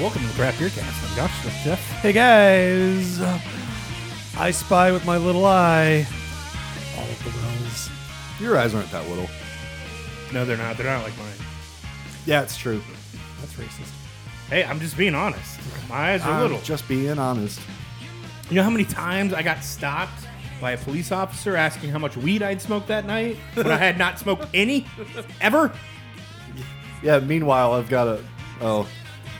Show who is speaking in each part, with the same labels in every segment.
Speaker 1: Welcome to the Craft Beer Cast. I'm Josh. That's Jeff.
Speaker 2: Hey guys, I spy with my little eye all of the wells.
Speaker 3: Your eyes aren't that little.
Speaker 1: No, they're not. They're not like mine.
Speaker 3: Yeah, it's true.
Speaker 2: That's racist.
Speaker 1: Hey, I'm just being honest. My eyes are
Speaker 3: I'm
Speaker 1: little.
Speaker 3: Just being honest.
Speaker 1: You know how many times I got stopped by a police officer asking how much weed I'd smoked that night when I had not smoked any ever?
Speaker 3: Yeah. Meanwhile, I've got a oh,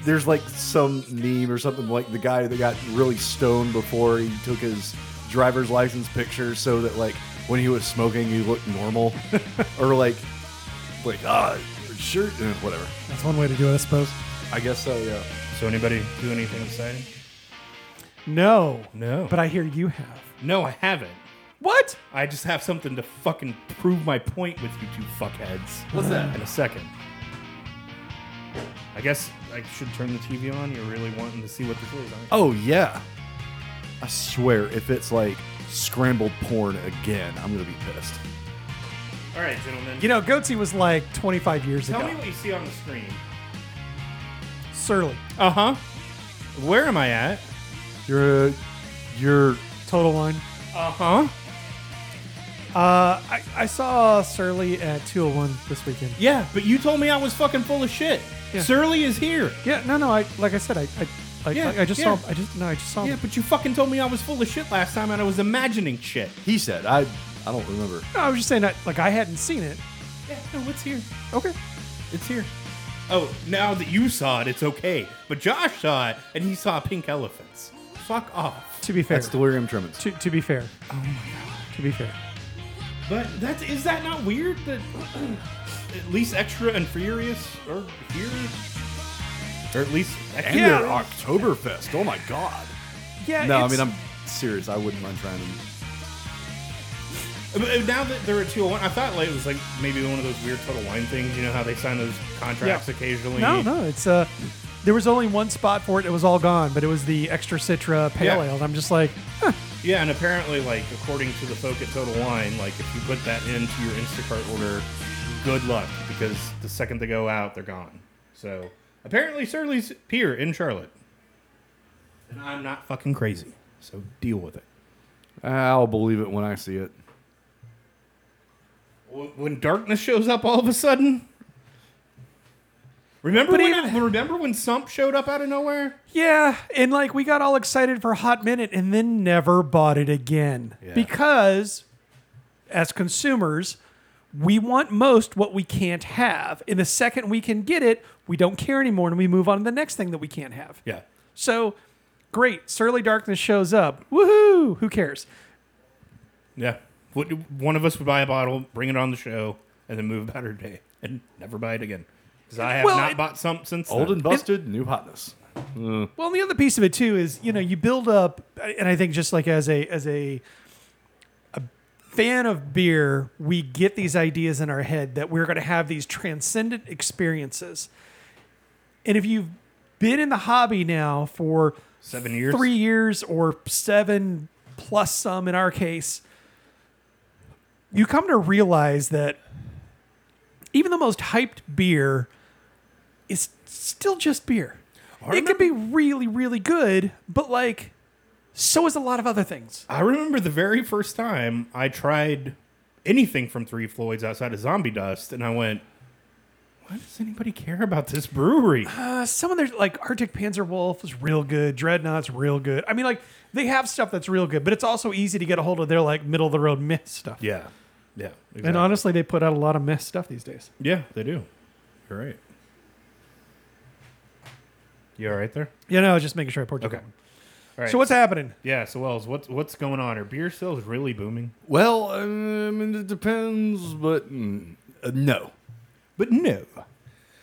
Speaker 3: there's like some meme or something like the guy that got really stoned before he took his driver's license picture, so that like when he was smoking, he looked normal, or like like ah, your shirt, eh, whatever.
Speaker 2: That's one way to do it, I suppose.
Speaker 3: I guess so. Yeah.
Speaker 1: So anybody do anything exciting?
Speaker 2: No,
Speaker 1: No.
Speaker 2: but I hear you have.
Speaker 1: No, I haven't.
Speaker 2: What?
Speaker 1: I just have something to fucking prove my point with you two fuckheads.
Speaker 3: What's that?
Speaker 1: In a second. I guess I should turn the TV on. You're really wanting to see what this is, aren't
Speaker 3: Oh yeah. I swear, if it's like scrambled porn again, I'm gonna be pissed.
Speaker 1: you? All right, gentlemen.
Speaker 2: You know, Goatsy was like 25 years
Speaker 1: Tell
Speaker 2: ago.
Speaker 1: me what you see on the screen.
Speaker 2: Surly,
Speaker 1: Uh huh. Where am I at?
Speaker 3: You're uh, you're
Speaker 2: total line.
Speaker 1: Uh huh.
Speaker 2: Uh, I, I saw Surly at 201 this weekend.
Speaker 1: Yeah, but you told me I was fucking full of shit.
Speaker 2: Yeah.
Speaker 1: Surly is here.
Speaker 2: Yeah, no, no. I like I said, I, I, like,
Speaker 1: Yeah,
Speaker 2: like, I just
Speaker 1: yeah.
Speaker 2: saw. I just no, I just saw.
Speaker 1: Yeah,
Speaker 2: him.
Speaker 1: but you fucking told me I was full of shit last time and I was imagining shit.
Speaker 3: He said, "I I don't remember."
Speaker 2: No, I was just saying that. Like I hadn't seen it.
Speaker 1: Yeah, no, it's here.
Speaker 2: Okay.
Speaker 1: It's here. Oh, now that you saw it, it's okay. But Josh saw it and he saw pink elephants. Fuck off.
Speaker 2: To be fair.
Speaker 3: That's delirium tremens.
Speaker 2: to, to be fair. Oh my god. To be fair.
Speaker 1: But that's is that not weird that at least extra and furious are here? Or at least extra.
Speaker 3: Oktoberfest. Oh my god.
Speaker 2: Yeah.
Speaker 3: No, I
Speaker 2: it's-
Speaker 3: mean I'm serious. I wouldn't mind trying to.
Speaker 1: Uh, but, uh, Now that they're at 201, I thought like, it was like maybe one of those weird total wine things. You know how they sign those contracts
Speaker 2: Yeah.
Speaker 1: occasionally.
Speaker 2: No, no, it's uh there was only one spot for it. It was all gone, but it was the extra citra pale
Speaker 1: Yeah.
Speaker 2: ale. And I'm just like,
Speaker 1: Yeah, and apparently, like according to the folk at Total Wine, like if you put that into your Instacart order, good luck because the second they go out, they're gone. So apparently, Surly's Pier in Charlotte, and I'm not fucking crazy. So deal with it.
Speaker 3: I'll believe it when I see it.
Speaker 1: When- when darkness shows up all of a sudden. Remember
Speaker 2: But
Speaker 1: when,
Speaker 2: even-
Speaker 1: remember when Sump showed up out of nowhere?
Speaker 2: yeah, and like we got all excited for a hot minute and then never bought it again.
Speaker 3: Yeah.
Speaker 2: Because as consumers, we want most what we can't have. And the second we can get it, we don't care anymore and we move on to the next thing that we can't have.
Speaker 1: Yeah.
Speaker 2: So great, Surly Darkness shows up. Woohoo! Who cares?
Speaker 1: Yeah. What, one of us would buy a bottle, bring it on the show, and then move about our day and never buy it again. Because I have
Speaker 2: Well,
Speaker 1: not
Speaker 2: it-
Speaker 1: bought Sump since
Speaker 3: Old
Speaker 1: then.
Speaker 3: and busted, new hotness.
Speaker 2: Well, and the other piece of it too is you know you build up, and I think just like as a as a a fan of beer, we get these ideas in our head that we're going to have these transcendent experiences, and if you've been in the hobby now for
Speaker 1: Seven years.
Speaker 2: three years or seven plus some in our case, you come to realize that even the most hyped beer is still just beer. It could be really, really good, but like, so is a lot of other things.
Speaker 1: I remember the very first time I tried anything from Three Floyds outside of Zombie Dust, and I went, why does anybody care about this brewery?
Speaker 2: Uh, some of their like Arctic Panzer Wolf is real good, Dreadnought's real good. I mean, like they have stuff that's real good, but it's also easy to get a hold of their like middle of the road meh stuff.
Speaker 1: Yeah. Yeah.
Speaker 2: And
Speaker 1: exactly.
Speaker 2: honestly, they put out a lot of meh stuff these days.
Speaker 1: Yeah, they do. You're right. You all right there?
Speaker 2: You know, just making sure I poured you
Speaker 1: Okay.
Speaker 2: one.
Speaker 1: All right.
Speaker 2: So what's happening?
Speaker 1: Yeah, so Wells, what's what's going on? Are beer sales really booming?
Speaker 3: Well, I mean, it depends, but mm, uh, no.
Speaker 1: But no.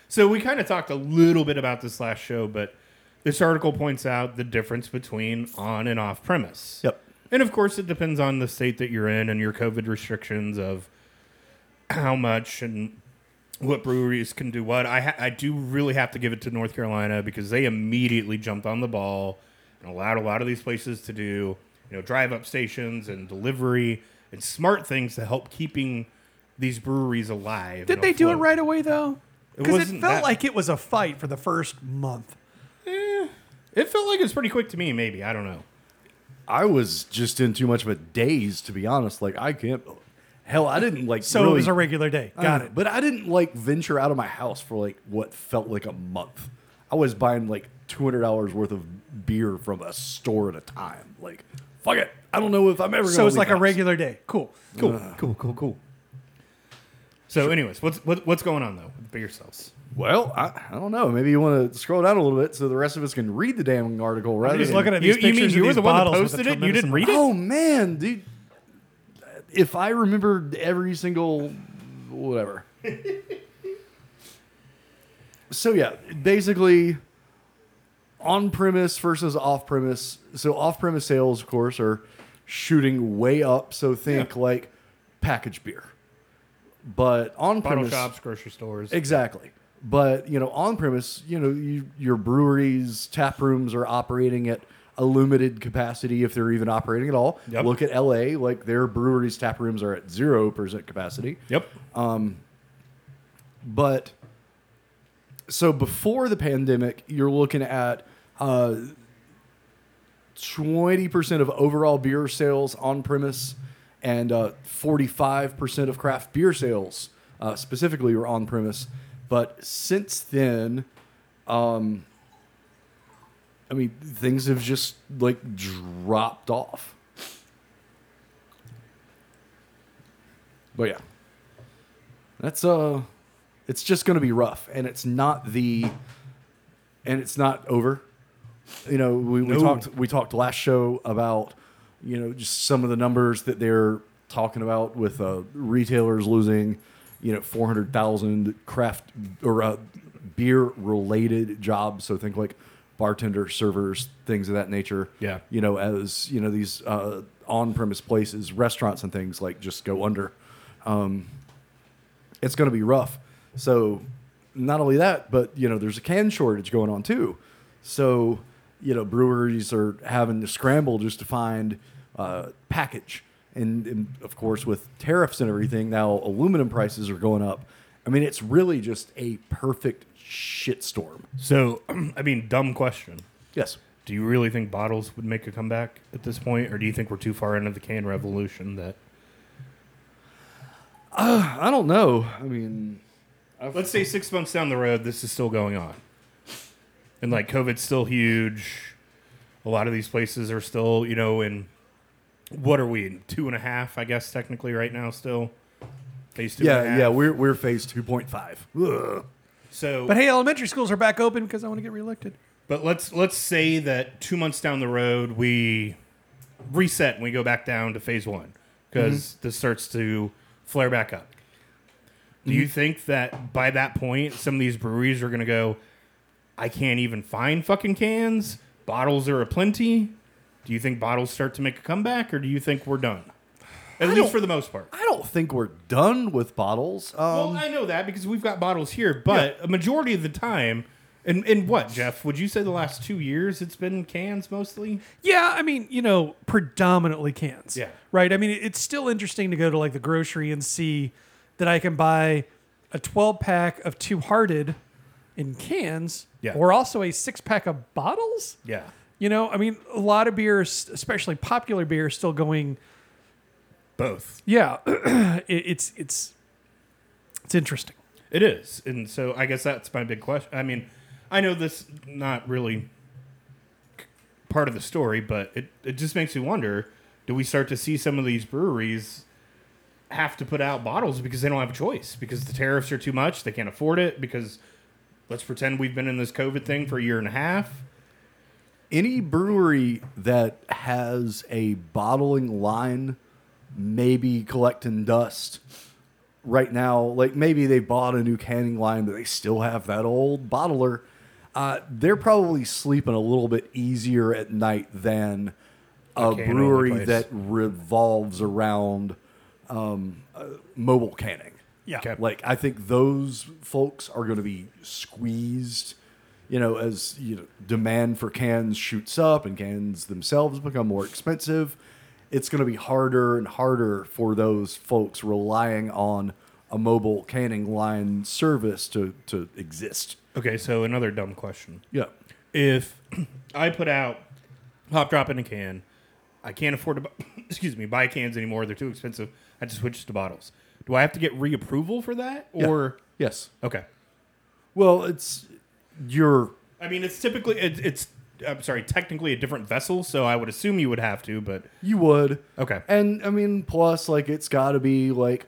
Speaker 1: So we kind of talked a little bit about this last show, but this article points out the difference between on and off premise.
Speaker 3: Yep.
Speaker 1: And of course, it depends on the state that you're in and your COVID restrictions of how much and what breweries can do what. I ha- I do really have to give it to North Carolina because they immediately jumped on the ball and allowed a lot of these places to do you know drive up stations and delivery and smart things to help keeping these breweries alive.
Speaker 2: Did
Speaker 1: and
Speaker 2: they do it
Speaker 1: afloat.
Speaker 2: right away though?
Speaker 1: It
Speaker 2: Because it,
Speaker 1: wasn't
Speaker 2: felt
Speaker 1: that-
Speaker 2: like it was a fight for the first month.
Speaker 1: It felt like it was pretty quick to me. Maybe I don't know.
Speaker 3: I was just in too much of a daze, to be honest. Like I can't. Hell, I didn't like.
Speaker 2: So
Speaker 3: really,
Speaker 2: it was a regular day.
Speaker 3: I
Speaker 2: Got
Speaker 3: don't
Speaker 2: it.
Speaker 3: know, But I didn't like venture out of my house for like what felt like a month. I was buying like two hundred dollars worth of beer from a store at a time. Like, fuck it. I don't know if I'm ever.
Speaker 2: So
Speaker 3: gonna
Speaker 2: it's
Speaker 3: leave
Speaker 2: like
Speaker 3: the
Speaker 2: a
Speaker 3: house.
Speaker 2: regular day. Cool.
Speaker 1: Cool, cool, cool, cool. So, anyways, what's what, what's going on though with beer cells?
Speaker 3: Well, I, I don't know. Maybe you want to scroll down a little bit so the rest of us can read the damn article rather
Speaker 2: just
Speaker 3: than
Speaker 2: looking at these
Speaker 1: you, you mean
Speaker 2: pictures
Speaker 1: you
Speaker 2: of
Speaker 1: were
Speaker 2: these
Speaker 1: the one that
Speaker 2: bottles with a
Speaker 1: posted it? You
Speaker 2: tremendous
Speaker 1: didn't read it?
Speaker 3: Oh man, dude! If I remembered every single whatever. so yeah, basically, on premise versus off premise. So off premise sales, of course, are shooting way up. So think like packaged beer, but on
Speaker 1: Bottle
Speaker 3: premise
Speaker 1: shops, grocery stores.
Speaker 3: Exactly. But you know, on premise, you know, you, your breweries, tap rooms are operating at a limited capacity if they're even operating at all.
Speaker 1: Yep.
Speaker 3: Look at LA, like their breweries, tap rooms are at zero percent capacity.
Speaker 1: Yep.
Speaker 3: But so before the pandemic, you're looking at uh, twenty percent of overall beer sales on premise, and uh, forty-five percent of craft beer sales uh, specifically were on premise. But since then, um, I mean, things have just like dropped off. But yeah, that's uh, it's just going to be rough, and it's not the, and it's not over you know we, we
Speaker 1: No.
Speaker 3: talked we talked last show about you know just some of the numbers that they're talking about with uh, retailers losing you know 400,000 craft or uh, beer related jobs so think like bartender servers things of that nature
Speaker 1: Yeah.
Speaker 3: you know as you know these uh, on premise places restaurants and things like just go under it's going to be rough. So not only that, but you know, there's a can shortage going on too. So you know, breweries are having to scramble just to find uh, package, and, and of course with tariffs and everything, now aluminum prices are going up. I mean, it's really just a perfect shitstorm.
Speaker 1: So, I mean, dumb question.
Speaker 3: Yes.
Speaker 1: Do you really think bottles would make a comeback at this point, or do you think we're too far into the can revolution that?
Speaker 3: I don't know. I mean,
Speaker 1: Let's say six months down the road, this is still going on, and like COVID's still huge. A lot of these places are still, you know, in what are we in two and a half? I guess technically right now still. Phase two. and a
Speaker 3: yeah,
Speaker 1: half.
Speaker 3: yeah, we're we're phase two point five.
Speaker 1: So,
Speaker 2: But hey, elementary schools are back open because I want to get reelected.
Speaker 1: But let's let's say that two months down the road we reset and we go back down to phase one because this starts to flare back up. Do you think that by that point some of these breweries are going to go? I can't even find fucking cans. Bottles are aplenty. Do you think bottles start to make a comeback, or do you think we're done? At
Speaker 3: don't-
Speaker 1: least for the most part.
Speaker 3: I don't think we're done with bottles. Um,
Speaker 1: Well, I know that because we've got bottles here, but a majority of the time, and, and what, Jeff? Would you say the last two years it's been cans mostly?
Speaker 2: Yeah, I mean, you know, predominantly cans.
Speaker 1: Yeah.
Speaker 2: Right. I mean, it's still interesting to go to like the grocery and see that I can buy a 12 pack of Two Hearted in cans
Speaker 1: Yeah.
Speaker 2: or also a six pack of bottles.
Speaker 1: Yeah.
Speaker 2: You know, I mean, a lot of beers, especially popular beer, is still going.
Speaker 1: Both.
Speaker 2: Yeah, it, it's it's it's interesting.
Speaker 1: It is. And so I guess that's my big question. I mean, I know this not really part of the story, but it, it just makes me wonder do we start to see some of these breweries have to put out bottles because they don't have a choice because the tariffs are too much, they can't afford it because let's pretend we've been in this COVID thing for a year and a half.
Speaker 3: any brewery that has a bottling line maybe collecting dust right now like maybe they bought a new canning line but they still have that old bottler uh, they're probably sleeping a little bit easier at night than a
Speaker 1: can-only
Speaker 3: brewery
Speaker 1: place.
Speaker 3: that revolves around um, uh, mobile canning
Speaker 2: Yeah.
Speaker 1: Okay.
Speaker 3: like I think those folks are going to be squeezed, you know, as you know, demand for cans shoots up and cans themselves become more expensive. It's going to be harder and harder for those folks relying on a mobile canning line service to to exist.
Speaker 1: Okay, so another dumb question.
Speaker 3: Yeah.
Speaker 1: if I put out pop drop in a can, I can't afford to bu- excuse me buy cans anymore. They're too expensive. I just switch to bottles. Do I have to get reapproval for that? Or
Speaker 3: Yes.
Speaker 1: okay,
Speaker 3: Well, it's your
Speaker 1: I mean it's typically it, it's I'm sorry, technically a different vessel, so I would assume you would have to. But
Speaker 3: you would.
Speaker 1: okay,
Speaker 3: And I mean, plus, like, it's got to be like,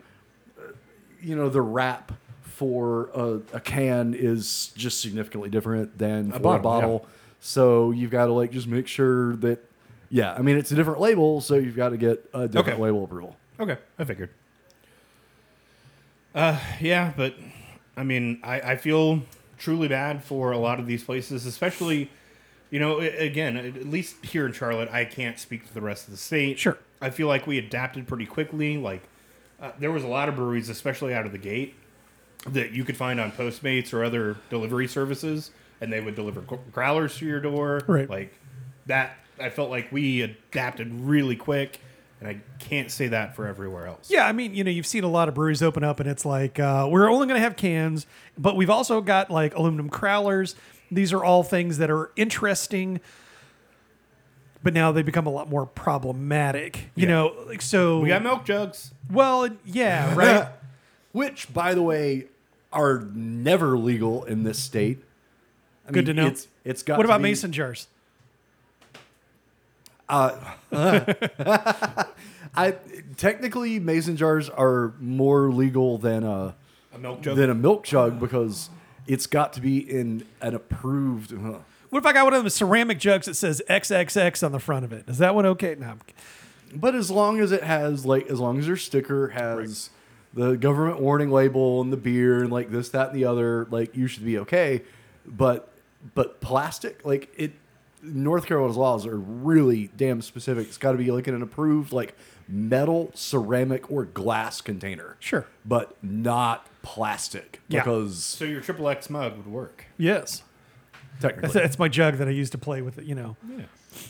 Speaker 3: uh, you know, the wrap for a, a can is just significantly different than for a bottle.
Speaker 1: bottle, yeah.
Speaker 3: So you've got to like just make sure that, yeah. I mean, it's a different label, so you've got to get a different
Speaker 1: Okay.
Speaker 3: label approval.
Speaker 1: Okay, I figured. Uh, yeah, but I mean, I, I feel truly bad for a lot of these places, especially, you know, a- again, at at least here in Charlotte, I can't speak to the rest of the state.
Speaker 2: Sure.
Speaker 1: I feel like we adapted pretty quickly. Like, uh, there was a lot of breweries, especially out of the gate, that you could find on Postmates or other delivery services, and they would deliver gr- growlers to your door.
Speaker 2: Right.
Speaker 1: Like, that, I felt like we adapted really quick, and I can't say that for everywhere else.
Speaker 2: Yeah, I mean, you know, you've seen a lot of breweries open up, and it's like uh, we're only going to have cans, but we've also got like aluminum crowlers. These are all things that are interesting, but now they become a lot more problematic.
Speaker 1: Yeah.
Speaker 2: You know, like so.
Speaker 1: We got milk jugs.
Speaker 2: well, yeah, right.
Speaker 3: Which, by the way, are never legal in this state. I
Speaker 2: Good to know.
Speaker 3: It's, it's got.
Speaker 2: what
Speaker 3: to
Speaker 2: about
Speaker 3: be-
Speaker 2: mason jars?
Speaker 3: I technically mason jars are more legal than a
Speaker 1: A milk jug.
Speaker 3: than a milk jug because it's got to be in an approved. huh.
Speaker 2: What if I got one of them ceramic jugs that says XXX on the front of it? Is that one okay? No, I'm-
Speaker 3: But as long as it has like as long as your sticker has the government warning label and the beer and like this that and the other, like you should be okay. But but plastic like it North Carolina's laws are really damn specific. It's got to be like in an approved like metal, ceramic or glass container.
Speaker 2: Sure.
Speaker 3: But not plastic
Speaker 2: Yeah.
Speaker 3: because
Speaker 1: so your triple X mug would work.
Speaker 2: Yes,
Speaker 3: technically
Speaker 2: that's, that's my jug that I used to play with. You know,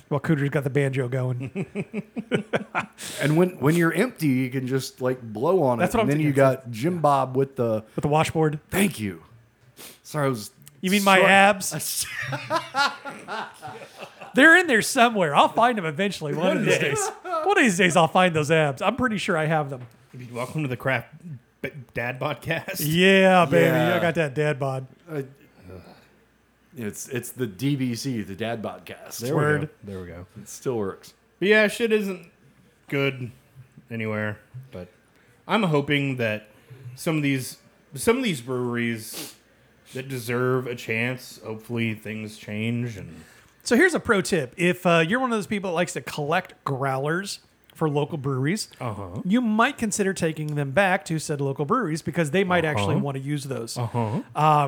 Speaker 2: while Cooter's got the banjo going.
Speaker 3: And when when you're empty, you can just like blow on
Speaker 2: That's
Speaker 3: it.
Speaker 2: what
Speaker 3: and
Speaker 2: I'm
Speaker 3: then you
Speaker 2: thinking.
Speaker 3: got Jim Bob with the
Speaker 2: with the washboard.
Speaker 3: thank you. Sorry, I was.
Speaker 2: You mean my abs?
Speaker 3: abs?
Speaker 2: They're in there somewhere. I'll find them eventually one of these days. One of these days, I'll find those abs. I'm pretty sure I have them.
Speaker 1: Welcome to the Craft B- Dad Podcast.
Speaker 2: Yeah, baby.
Speaker 3: Yeah.
Speaker 2: I got that dad bod.
Speaker 3: it's it's the DBC, the Dad Podcast.
Speaker 1: There we go.
Speaker 2: Word.
Speaker 1: There we go.
Speaker 3: It still works.
Speaker 1: But yeah, shit isn't good anywhere. But I'm hoping that some of these some of these breweries that deserve a chance, hopefully things change and
Speaker 2: So here's a pro tip. If uh, you're one of those people that likes to collect growlers for local breweries,
Speaker 1: Uh-huh.
Speaker 2: you might consider taking them back to said local breweries because they might actually
Speaker 1: Uh-huh.
Speaker 2: want to use those. Um,
Speaker 1: Uh-huh.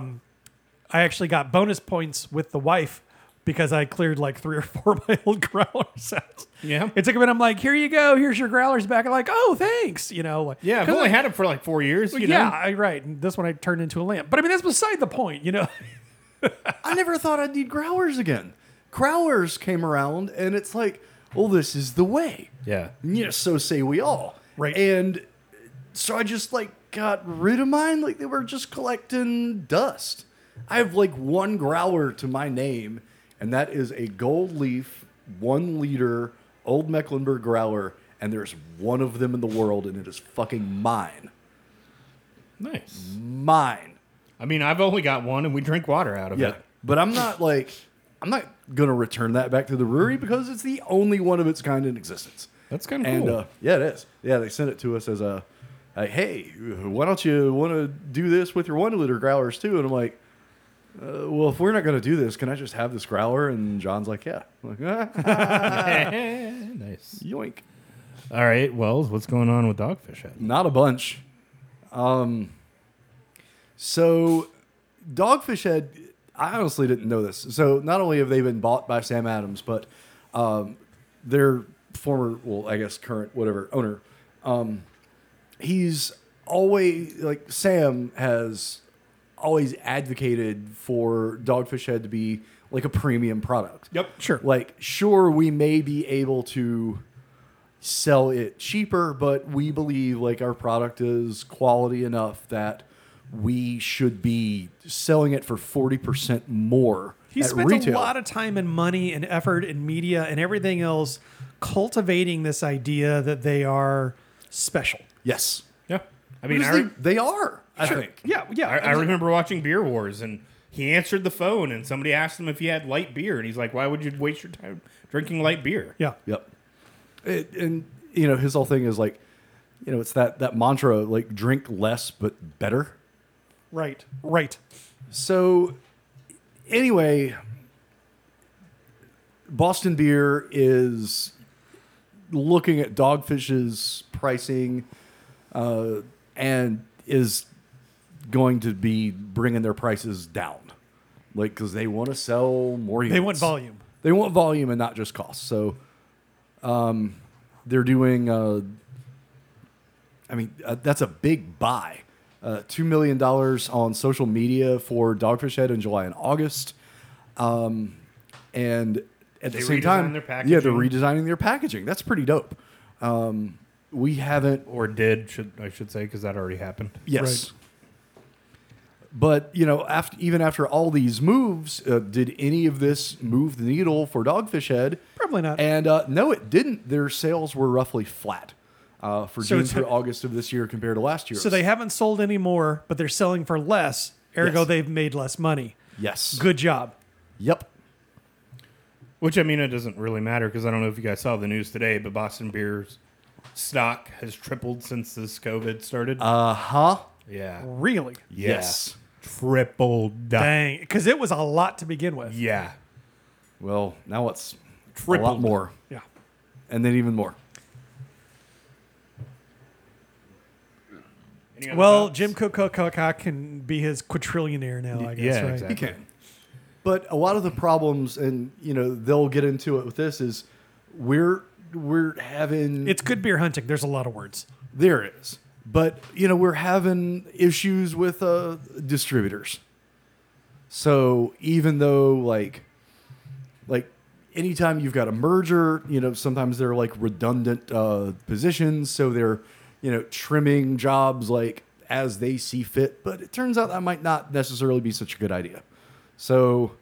Speaker 2: I actually got bonus points with the wife because I cleared like three or four of my old growlers out.
Speaker 1: Yeah.
Speaker 2: It took a minute. I'm like, here you go. Here's your growlers back. I'm like, oh, thanks. You know, like,
Speaker 1: Yeah, I've
Speaker 2: 'cause
Speaker 1: only
Speaker 2: I-
Speaker 1: had it for like four years, you
Speaker 2: yeah,
Speaker 1: know.
Speaker 2: I, right. And this one I turned into a lamp. But I mean, that's beside the point, you know?
Speaker 3: I never thought I'd need growlers again. Growlers came around, and it's like, well, this is the way.
Speaker 1: Yeah.
Speaker 3: And yes, so say we all.
Speaker 2: Right.
Speaker 3: And so I just like got rid of mine. Like they were just collecting dust. I have like one growler to my name, and that is a gold leaf, one liter old Mecklenburg growler, and there's one of them in the world, and it is fucking mine.
Speaker 1: Nice.
Speaker 3: Mine.
Speaker 1: I mean, I've only got one and we drink water out of
Speaker 3: Yeah.
Speaker 1: it.
Speaker 3: But I'm not like I'm not gonna return that back to the brewery because it's the only one of its kind in existence.
Speaker 1: That's kinda
Speaker 3: And
Speaker 1: Oh, cool.
Speaker 3: uh, yeah, it is. Yeah, they sent it to us as a, like, hey, why don't you want to do this with your one liter growlers too? And I'm like, uh, well, if we're not gonna do this, can I just have this growler? And John's like, yeah. I'm like, ah,
Speaker 1: nice.
Speaker 3: yoink.
Speaker 1: All right, Wells, what's going on with Dogfish Head?
Speaker 3: Not a bunch. Um, so Dogfish Head, I honestly didn't know this. So not only have they been bought by Sam Adams, but um, their former, well, I guess current, whatever owner, um, he's always like Sam has always advocated for Dogfish Head to be like a premium product.
Speaker 1: Yep.
Speaker 2: Sure.
Speaker 3: Like, sure, we may be able to sell it cheaper, but we believe like our product is quality enough that we should be selling it for 40% more
Speaker 2: He
Speaker 3: at
Speaker 2: spent
Speaker 3: retail.
Speaker 2: a lot of time and money and effort and media and everything else cultivating this idea that they are special.
Speaker 3: yes.
Speaker 1: Yeah. I mean, I,
Speaker 3: Because
Speaker 1: re-
Speaker 3: they, they are, I think.
Speaker 2: Yeah, yeah.
Speaker 1: I, I remember watching Beer Wars, and he answered the phone, and somebody asked him if he had light beer, and he's like, "Why would you waste your time drinking light beer?"
Speaker 2: yeah.
Speaker 3: Yep. It, and you know his whole thing is like, you know, it's that that mantra like drink less but better.
Speaker 2: Right. Right.
Speaker 3: So anyway, Boston beer is looking at Dogfish's pricing uh, and is going to be bringing their prices down. Like, because they want to sell more units.
Speaker 2: They want volume.
Speaker 3: They want volume and not just cost. So um, they're doing, uh, I mean, uh, that's a big buy. Uh, $2 million on social media for Dogfish Head in July and August. Um, and at
Speaker 1: They
Speaker 3: the same
Speaker 1: redesigned
Speaker 3: time,
Speaker 1: their
Speaker 3: yeah, they're
Speaker 1: packaging.
Speaker 3: redesigning their packaging. That's pretty dope. Um, we haven't
Speaker 1: Or did should I should say because that already happened.
Speaker 3: Yes. But you know, after even after all these moves, uh, did any of this move the needle for Dogfish Head?
Speaker 2: Probably not.
Speaker 3: And uh, no, it didn't. Their sales were roughly flat uh, for
Speaker 2: So
Speaker 3: June
Speaker 2: it's-
Speaker 3: through August of this year compared to last year.
Speaker 2: So they haven't sold any more, but they're selling for less. Ergo,
Speaker 3: Yes.
Speaker 2: they've made less money.
Speaker 3: yes,
Speaker 2: Good job.
Speaker 3: Yep.
Speaker 1: Which I mean, it doesn't really matter because I don't know if you guys saw the news today, but Boston Beer's stock has tripled since this COVID started.
Speaker 3: Uh huh.
Speaker 1: yeah.
Speaker 2: Really?
Speaker 1: Yeah.
Speaker 3: Yes.
Speaker 1: Tripled.
Speaker 2: Dang. Because it was a lot to begin with.
Speaker 1: Yeah.
Speaker 3: Well, now it's a lot
Speaker 1: Tripled.
Speaker 3: more,
Speaker 2: Yeah.
Speaker 3: and then even more.
Speaker 1: Any other
Speaker 2: Well,
Speaker 1: thoughts?
Speaker 2: Jim Cook Cook Cook Cook can be his quadrillionaire now, I guess,
Speaker 1: yeah,
Speaker 2: right?
Speaker 1: exactly.
Speaker 3: You can. But a lot of the problems, and you know, they'll get into it with this. Is we're we're having
Speaker 2: It's good beer hunting. There's a lot of words.
Speaker 3: There is. But, you know, we're having issues with uh, distributors. So even though, like, like anytime you've got a merger, you know, sometimes they're like redundant uh, positions. So they're, you know, trimming jobs like as they see fit. But it turns out that might not necessarily be such a good idea. So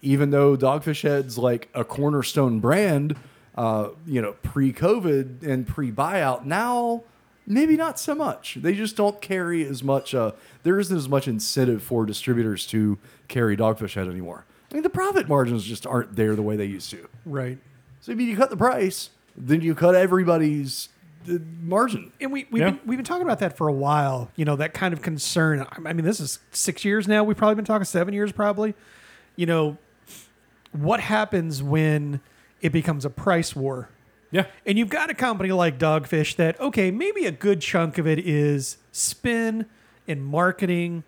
Speaker 3: even though Dogfish Head's like a cornerstone brand, uh, you know, pre COVID and pre buyout, now maybe not so much. They just don't carry as much, uh, there isn't as much incentive for distributors to carry Dogfish Head anymore. I mean, the profit margins just aren't there the way they used to.
Speaker 2: Right.
Speaker 3: So, I mean, you cut the price, then you cut everybody's uh, margin.
Speaker 2: And we, we've,
Speaker 1: Yeah.
Speaker 2: been, we've been talking about that for a while, you know, that kind of concern. I- I mean, this is six years now. We've probably been talking seven years, probably. You know, what happens when it becomes a price war?
Speaker 1: Yeah.
Speaker 2: And you've got a company like Dogfish that, okay, maybe a good chunk of it is spin and marketing.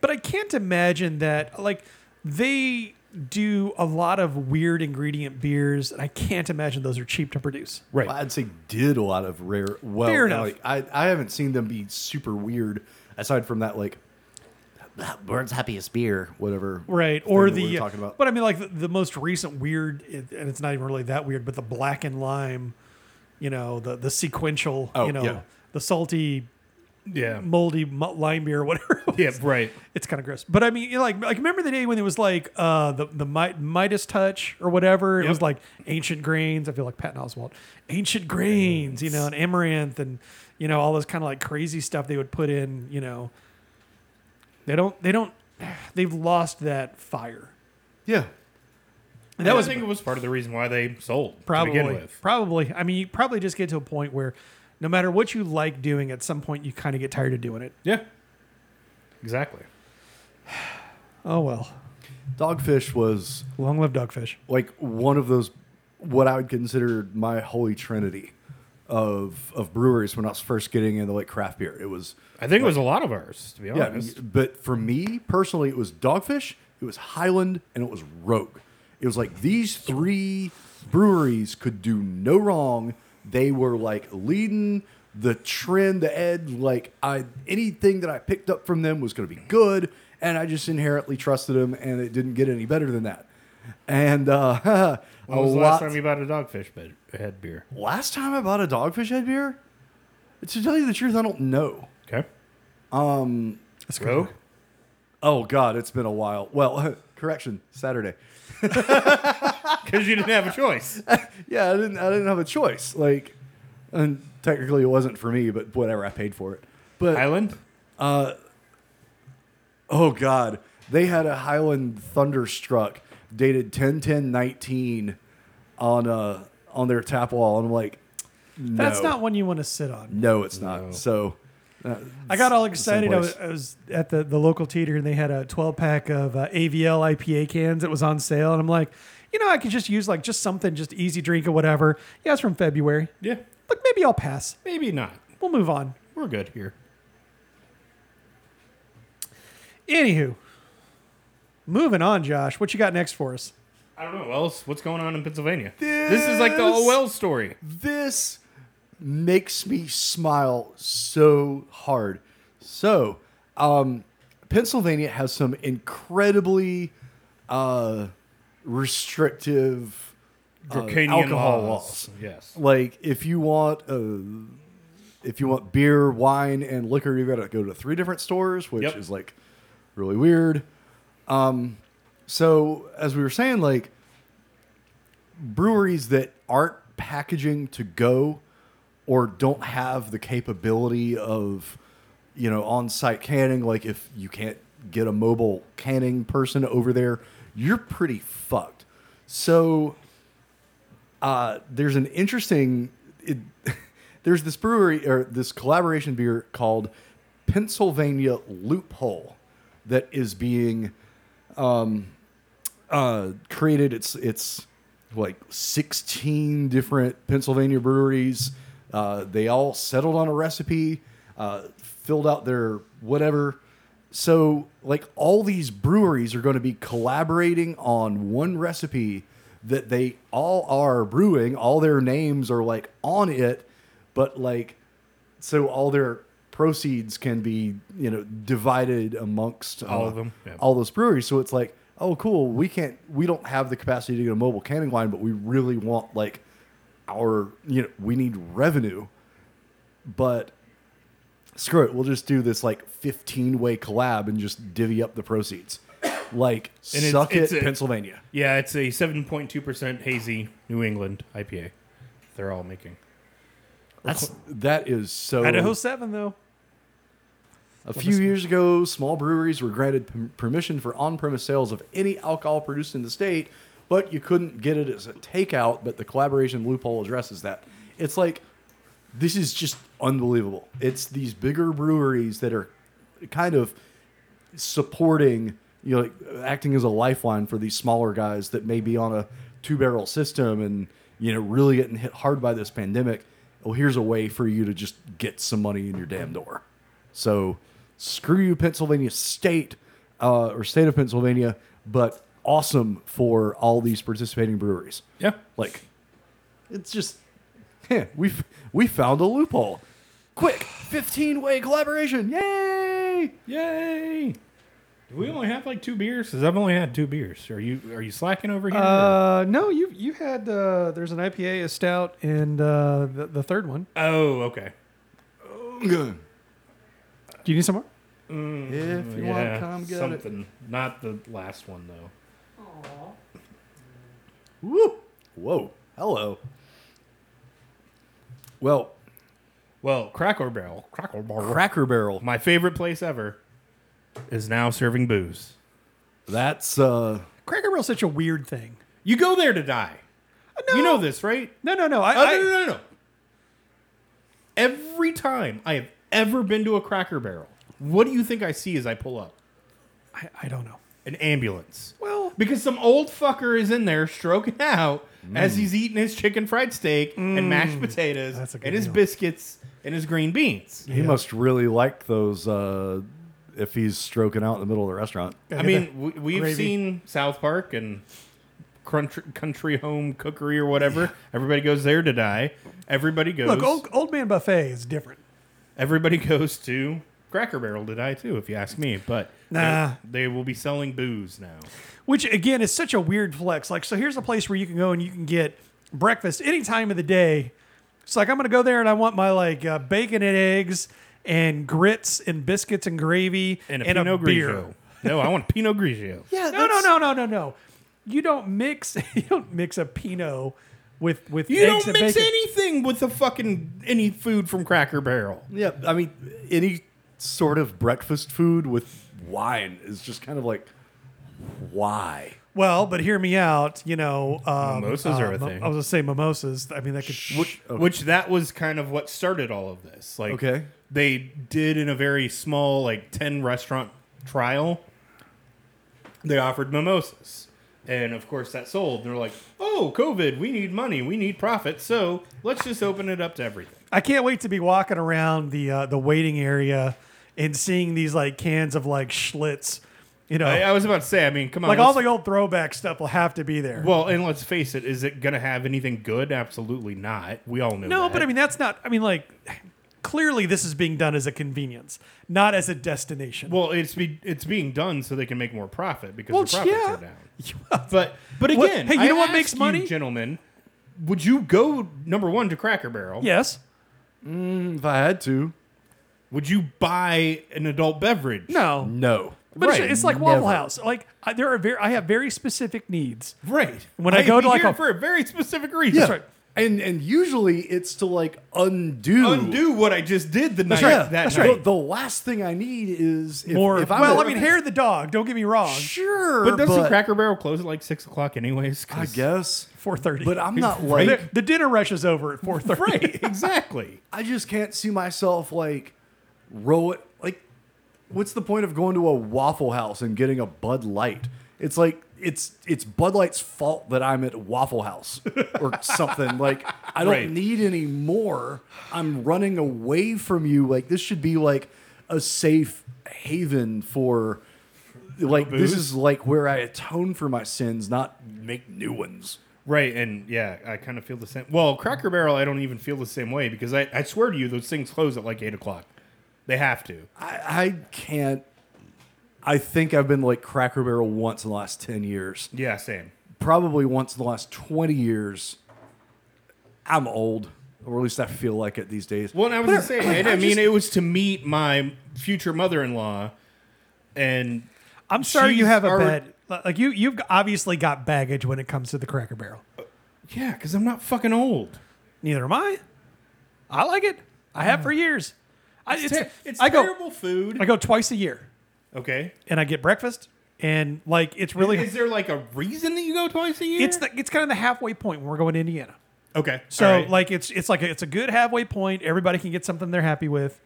Speaker 2: But I can't imagine that, like, they do a lot of weird ingredient beers, and I can't imagine those are cheap to produce.
Speaker 1: Right.
Speaker 3: I'd say did a lot of rare. Well,
Speaker 2: Fair enough.
Speaker 3: Like, I, I haven't seen them be super weird aside from that, like,
Speaker 4: Bird's happiest beer.
Speaker 3: whatever.
Speaker 2: Right.
Speaker 3: thing
Speaker 2: Or
Speaker 3: that
Speaker 2: the,
Speaker 3: we were talking about.
Speaker 2: but I mean, like, the, the most recent weird, it- and it's not even really that weird, but the black and lime, you know, the, the sequential,
Speaker 3: Oh,
Speaker 2: you know,
Speaker 3: yeah.
Speaker 2: the salty,
Speaker 1: Yeah.
Speaker 2: moldy mu- lime beer, whatever. it was.
Speaker 1: Yeah. Right.
Speaker 2: it's kind of gross. But I mean, you know, like, like remember the day when it was like uh, the the Mi- Midas touch or whatever? It
Speaker 1: Yep.
Speaker 2: was like ancient grains. I feel like Patton Oswald, ancient grains, you know, and amaranth, and you know all this kind of like crazy stuff they would put in. You know, they don't they don't they've lost that fire.
Speaker 3: Yeah.
Speaker 2: And that
Speaker 1: I
Speaker 2: was
Speaker 1: think it was part of the reason why they sold to begin
Speaker 2: probably
Speaker 1: with.
Speaker 2: probably. I mean, you probably just get to a point where no matter what you like doing, at some point you kind of get tired of doing it.
Speaker 1: Yeah. Exactly.
Speaker 2: Oh well,
Speaker 3: Dogfish was
Speaker 2: long live dogfish.
Speaker 3: like one of those what I would consider my holy trinity of of breweries when I was first getting into like craft beer. It was
Speaker 1: I think it was a lot of ours, to be
Speaker 3: yeah,
Speaker 1: honest.
Speaker 3: but for me personally, it was Dogfish, it was Highland, and it was Rogue. It was like these three breweries could do no wrong. They were like leading the trend, the ed. Like I, anything that I picked up from them was going to be good, and I just inherently trusted them, and it didn't get any better than that. And uh, a
Speaker 1: When was the
Speaker 3: lot-
Speaker 1: last time you bought a dogfish bed, head beer?
Speaker 3: Last time I bought a dogfish head beer, to tell you the truth, I don't know.
Speaker 1: Okay.
Speaker 2: That's a good
Speaker 1: Rogue?
Speaker 2: one.
Speaker 3: Oh God, it's been a while. Well, correction, Saturday.
Speaker 1: Because you didn't have a choice.
Speaker 3: Yeah, I didn't. I didn't have a choice. Like, and technically it wasn't for me, but whatever. I paid for it. But
Speaker 1: Island?
Speaker 3: oh God, they had a Highland Thunderstruck dated 10 10 19 on uh on their tap wall, and I'm like, no,
Speaker 2: That's not one you want to sit
Speaker 1: Mm.
Speaker 2: on.
Speaker 3: No, it's not. So
Speaker 2: I got all
Speaker 3: It's the same
Speaker 2: excited. I was,
Speaker 3: place.
Speaker 2: I was at the, the local teeter and they had a 12 pack of uh, AVL IPA cans that was on sale. And I'm like, you know, I could just use like just something, just easy drink or whatever. Yeah, it's from February.
Speaker 1: Yeah.
Speaker 2: Look, maybe I'll pass.
Speaker 1: Maybe not.
Speaker 2: We'll move on.
Speaker 1: We're good here.
Speaker 2: Anywho, moving on, Josh. What you got next for us?
Speaker 1: I don't know. Wells, what's going on in Pennsylvania? This is like the
Speaker 3: This-
Speaker 1: whole Wells story.
Speaker 3: this makes me smile so hard. So, um, Pennsylvania has some incredibly uh, restrictive uh,
Speaker 1: Dracanian
Speaker 3: alcohol
Speaker 1: laws.
Speaker 3: laws.
Speaker 1: Yes.
Speaker 3: Like, if you want uh, if you want beer, wine, and liquor, you've got to go to three different stores, which
Speaker 1: Yep.
Speaker 3: is like really weird. Um, so, as we were saying, like breweries that aren't packaging to go or don't have the capability of you know on-site canning like if you can't get a mobile canning person over there you're pretty fucked so uh, there's an interesting it, there's this brewery or this collaboration beer called pennsylvania loophole that is being uh, created its its like 16 different Pennsylvania breweries. Uh, they all settled on a recipe, uh, filled out their whatever. So like all these breweries are going to be collaborating on one recipe that they all are brewing. All their names are like on it, but like so all their proceeds can be you know divided amongst uh,
Speaker 1: All of them, yeah.
Speaker 3: all those breweries so it's like oh cool we can't we don't have the capacity to get a mobile canning line but we really want like our you know we need revenue but screw it we'll just do this like 15 way collab and just divvy up the proceeds like
Speaker 1: And it's-
Speaker 3: suck
Speaker 1: it's
Speaker 3: it
Speaker 1: a-
Speaker 3: pennsylvania
Speaker 1: Yeah, it's a 7.2% hazy New England IPA. They're all making.
Speaker 4: That's
Speaker 3: that is so
Speaker 2: Idaho
Speaker 1: Oh.
Speaker 2: 7, though.
Speaker 3: A few years ago, small breweries were granted p- permission for on premise sales of any alcohol produced in the state, but you couldn't get it as a takeout. But the collaboration loophole addresses that. It's like, this is just unbelievable. It's these bigger breweries that are kind of supporting, you know, like, acting as a lifeline for these smaller guys that may be on a two barrel system and, you know, really getting hit hard by this pandemic. Well, here's a way for you to just get some money in your damn door. So screw you, Pennsylvania state uh, or state of Pennsylvania, but awesome for all these participating breweries.
Speaker 1: Yeah.
Speaker 3: Like, it's just, yeah, we we found a loophole. Quick, fifteen way collaboration, yay!
Speaker 1: Yay! Do we only have like two beers? Because I've only had two beers. Are you are you slacking over here?
Speaker 2: Uh, no, you you had, uh, there's an IPA, a stout, and uh, the, the third one.
Speaker 1: or- oh, okay.
Speaker 2: Do you need some more?
Speaker 1: Mm,
Speaker 3: If you want to come get it,
Speaker 1: something. Not the last one though.
Speaker 3: Woo. whoa, hello. Well,
Speaker 1: Well, Cracker Barrel, Cracker Barrel,
Speaker 3: Cracker Barrel.
Speaker 1: my favorite place ever, is now serving booze.
Speaker 3: That's uh,
Speaker 2: Cracker Barrel's such a weird thing.
Speaker 1: You go there to die. You know this, right?
Speaker 2: No, no, no. I,
Speaker 1: Oh,
Speaker 2: I-
Speaker 1: no, no, no, no. Every time I have ever been to a Cracker Barrel, what do you think I see as I pull up?
Speaker 2: I, I don't know.
Speaker 1: An ambulance.
Speaker 2: Well,
Speaker 1: Because some old fucker is in there stroking out as he's eating his chicken fried steak
Speaker 2: Mm.
Speaker 1: and mashed potatoes
Speaker 2: That's a good
Speaker 1: and his
Speaker 2: meal.
Speaker 1: biscuits and his green beans.
Speaker 3: he must really like those. Uh, if he's stroking out in the middle of the restaurant,
Speaker 1: I mean, we, we've
Speaker 2: Gravy.
Speaker 1: seen South Park and crunch, Country Home Cookery or whatever. Everybody goes there to die. Everybody goes.
Speaker 2: look, old, old man buffet is different.
Speaker 1: Everybody goes to Cracker Barrel to die too, if you ask me. But
Speaker 2: Nah.
Speaker 1: they, they will be selling booze now.
Speaker 2: which again is such a weird flex. Like, so here's a place where you can go and you can get breakfast any time of the day. It's like I'm gonna go there and I want my like uh, bacon and eggs and grits and biscuits and gravy
Speaker 1: And a
Speaker 2: a
Speaker 1: Pinot
Speaker 2: beer.
Speaker 1: Grigio. No, I want a Pinot Grigio.
Speaker 3: Yeah,
Speaker 2: No, no, no, no, no, no. You don't mix. You don't mix a Pinot with with
Speaker 1: You
Speaker 2: eggs
Speaker 1: don't
Speaker 2: and
Speaker 1: mix
Speaker 2: bacon.
Speaker 1: anything with the fucking any food from Cracker Barrel.
Speaker 3: Yeah, I mean, any sort of breakfast food with wine is just kind of like, why?
Speaker 2: Well, but hear me out. You know, um,
Speaker 1: Mimosas are a
Speaker 2: um,
Speaker 1: thing.
Speaker 2: I was gonna say mimosas. I mean, that could.
Speaker 1: which, which that was kind of what started all of this. Like,
Speaker 3: Okay.
Speaker 1: they did in a very small, like ten restaurant trial. They offered mimosas, and of course that sold. And they're like, "Oh, COVID, we need money, we need profit, so let's just open it up to everything."
Speaker 2: I can't wait to be walking around the uh, the waiting area and seeing these like cans of like Schlitz. You know,
Speaker 1: I, I was about to say, I mean, come on,
Speaker 2: Oh. like all
Speaker 1: let's-
Speaker 2: the old throwback stuff will have to be there.
Speaker 1: well, and let's face it, is it gonna have anything good? Absolutely not. We all know.
Speaker 2: no,
Speaker 1: that.
Speaker 2: but I mean that's not. I mean, like clearly this is being done as a convenience, not as a destination.
Speaker 1: well, it's be it's being done so they can make more profit because
Speaker 2: Well,
Speaker 1: the profits
Speaker 2: yeah.
Speaker 1: are down. But but
Speaker 2: What-
Speaker 1: again,
Speaker 2: hey, you
Speaker 1: I
Speaker 2: know what
Speaker 1: ask
Speaker 2: makes
Speaker 1: you,
Speaker 2: money?
Speaker 1: gentlemen? Would you go number one to Cracker Barrel?
Speaker 2: yes.
Speaker 3: If I had to,
Speaker 1: Would you buy an adult beverage?
Speaker 2: No.
Speaker 3: no.
Speaker 2: But it's,
Speaker 1: Right,
Speaker 2: it's like Waffle
Speaker 3: never.
Speaker 2: House. Like I, there are very, I have very specific needs.
Speaker 1: Right.
Speaker 2: When I go to, like,
Speaker 1: here
Speaker 2: a-
Speaker 1: for a very specific reason.
Speaker 3: Yeah, and and usually it's to like undo
Speaker 1: Undo what I just did the night
Speaker 3: Yeah,
Speaker 1: that
Speaker 3: that's
Speaker 1: night.
Speaker 3: right. The, the last thing I need is if,
Speaker 2: Or
Speaker 3: if I'm
Speaker 2: well,
Speaker 3: I
Speaker 2: I mean, hair the dog. Don't get me wrong.
Speaker 3: sure,
Speaker 1: But
Speaker 3: but
Speaker 1: doesn't Cracker Barrel close at like six o'clock anyways?
Speaker 3: I
Speaker 1: 'Cause-
Speaker 3: guess.
Speaker 2: Four thirty.
Speaker 3: But I'm not
Speaker 2: the,
Speaker 3: like
Speaker 2: the dinner rush is over at four thirty.
Speaker 1: Right, exactly.
Speaker 3: I just can't see myself like row it. Like, what's the point of going to a Waffle House and getting a Bud Light? It's like it's it's Bud Light's fault that I'm at Waffle House or something. like, I don't
Speaker 1: Right.
Speaker 3: need any more. I'm running away from you. Like, this should be like a safe haven for. Like
Speaker 1: Booze?
Speaker 3: this is like where I atone for my sins, not make new ones.
Speaker 1: Right, and yeah, I kind of feel the same. Well, Cracker Barrel, I don't even feel the same way because I, I swear to you, those things close at like eight o'clock. They have to.
Speaker 3: I, I can't. I think I've been like Cracker Barrel once in the last 10 years.
Speaker 1: Yeah, same.
Speaker 3: Probably once in the last 20 years. I'm old, or at least I feel like it these days.
Speaker 1: Well, and I was just saying, I, mean, it was to meet my future mother-in-law, and
Speaker 2: I'm sorry you
Speaker 1: She's
Speaker 2: have a
Speaker 1: already-
Speaker 2: bed. Like you, you've obviously got baggage when it comes to the Cracker Barrel.
Speaker 1: yeah, because I'm not fucking old.
Speaker 2: Neither am I. I like it. I have for years. I, it's,
Speaker 1: Ter- it's
Speaker 2: I go.
Speaker 1: terrible food.
Speaker 2: I go twice a year,
Speaker 1: okay,
Speaker 2: and I get breakfast, and like it's really.
Speaker 1: is there like a reason that you go twice a year?
Speaker 2: it's the, it's kind of the halfway point when we're going to Indiana.
Speaker 1: okay.
Speaker 2: So
Speaker 1: all right.
Speaker 2: like it's it's like a, it's a good halfway point. Everybody can get something they're happy with.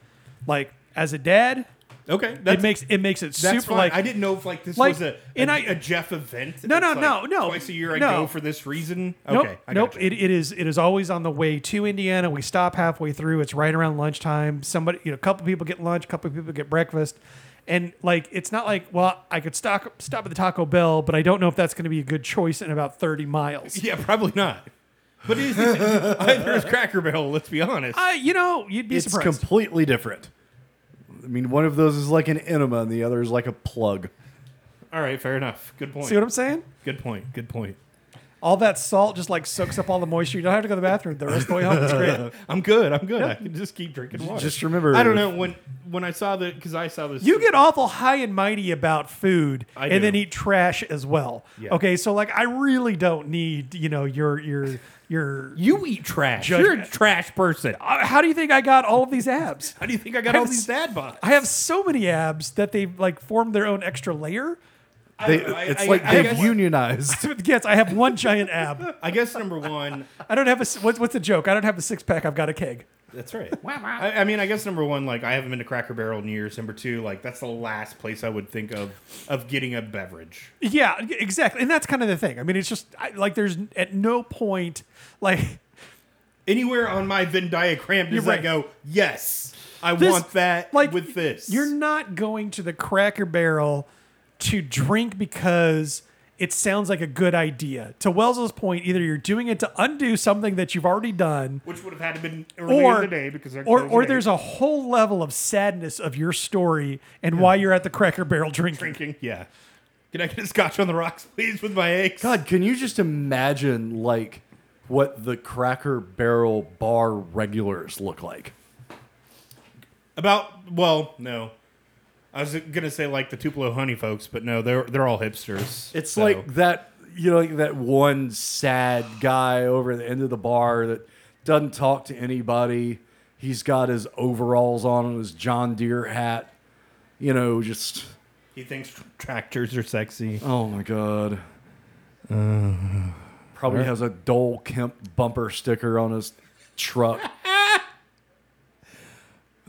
Speaker 2: Like as a dad,
Speaker 1: okay, that's,
Speaker 2: it makes it makes it
Speaker 1: that's
Speaker 2: super
Speaker 1: fine.
Speaker 2: like
Speaker 1: I didn't know if like this
Speaker 2: like,
Speaker 1: was a
Speaker 2: and
Speaker 1: a,
Speaker 2: I-
Speaker 1: a Jeff event.
Speaker 2: No,
Speaker 1: It's
Speaker 2: no,
Speaker 1: like,
Speaker 2: no, no,
Speaker 1: Twice a year, I
Speaker 2: no.
Speaker 1: go for this reason.
Speaker 2: Nope,
Speaker 1: okay, I
Speaker 2: nope.
Speaker 1: gotcha.
Speaker 2: It, it is it is always on the way to Indiana. We stop halfway through. It's right around lunchtime. Somebody, you know, a couple people get lunch, a couple people get breakfast, and like it's not like well, I could stop stop at the Taco Bell, but I don't know if that's going to be a good choice in about thirty miles.
Speaker 1: yeah, probably not. But it is either is Cracker Barrel. Let's be honest.
Speaker 2: I, you know, you'd be
Speaker 3: it's
Speaker 2: surprised.
Speaker 3: completely different. I mean, one of those is like an enema, and the other is like a plug.
Speaker 1: all right, fair enough. Good point.
Speaker 2: See what I'm saying?
Speaker 1: Good point. Good point.
Speaker 2: All that salt just like soaks up all the moisture. You don't have to go to the bathroom the rest of the way home. It's great.
Speaker 1: I'm good. I'm good. I can just keep drinking water.
Speaker 3: Just remember,
Speaker 1: I don't know when when I saw the because I saw this.
Speaker 2: You get awful high and mighty about food
Speaker 1: I
Speaker 2: and
Speaker 1: do.
Speaker 2: then eat trash as well.
Speaker 1: Yeah.
Speaker 2: Okay, so like I really don't need, you know, your your your
Speaker 1: you eat trash.
Speaker 2: Judge-
Speaker 1: You're a trash person.
Speaker 2: Uh, how do you think I got all of these abs?
Speaker 1: How do you think I got
Speaker 2: I
Speaker 1: all
Speaker 2: was-
Speaker 1: these dad bods?
Speaker 2: I have so many abs that they like formed their own extra layer.
Speaker 3: They,
Speaker 1: I-
Speaker 3: it's
Speaker 1: I-
Speaker 3: like
Speaker 1: I
Speaker 3: they've
Speaker 1: guess-
Speaker 3: unionized.
Speaker 2: yes, I have one giant ab.
Speaker 1: I guess number one.
Speaker 2: I don't have a s- what's what's the joke? I don't have a six pack. I've got a keg.
Speaker 1: That's right. I, I mean, I guess number one, like I haven't been to Cracker Barrel in years. Number two, like that's the last place I would think of of getting a beverage.
Speaker 2: Yeah, e- exactly. And that's kind of the thing. I mean, it's just I, like there's n- at no point like
Speaker 1: Anywhere on my Venn diagram
Speaker 2: You're
Speaker 1: does
Speaker 2: right.
Speaker 1: I go? Yes, I
Speaker 2: This-
Speaker 1: want that.
Speaker 2: like,
Speaker 1: with this,
Speaker 2: You're not going to the Cracker Barrel to drink because it sounds like a good idea. To Wells's point, either you're doing it to undo something that you've already done,
Speaker 1: which would have had to been earlier
Speaker 2: or
Speaker 1: today because they're
Speaker 2: or,
Speaker 1: closed
Speaker 2: or
Speaker 1: at
Speaker 2: there's
Speaker 1: eight.
Speaker 2: a whole level of sadness of your story and why you're at the Cracker Barrel drinking.
Speaker 1: drinking. Yeah. Can I get a scotch on the rocks, please, with my eggs?
Speaker 3: God, can you just imagine like what the Cracker Barrel bar regulars look like?
Speaker 1: About well, no. I was gonna say like the Tupelo honey folks, but no, they're they're all hipsters.
Speaker 3: It's
Speaker 1: so-
Speaker 3: like that, you know, like that one sad guy over at the end of the bar that doesn't talk to anybody. He's got his overalls on and his John Deere hat. You know, just
Speaker 1: he thinks tractors are sexy.
Speaker 3: oh my god.
Speaker 2: Uh,
Speaker 3: Probably has a Dole Kemp bumper sticker on his truck.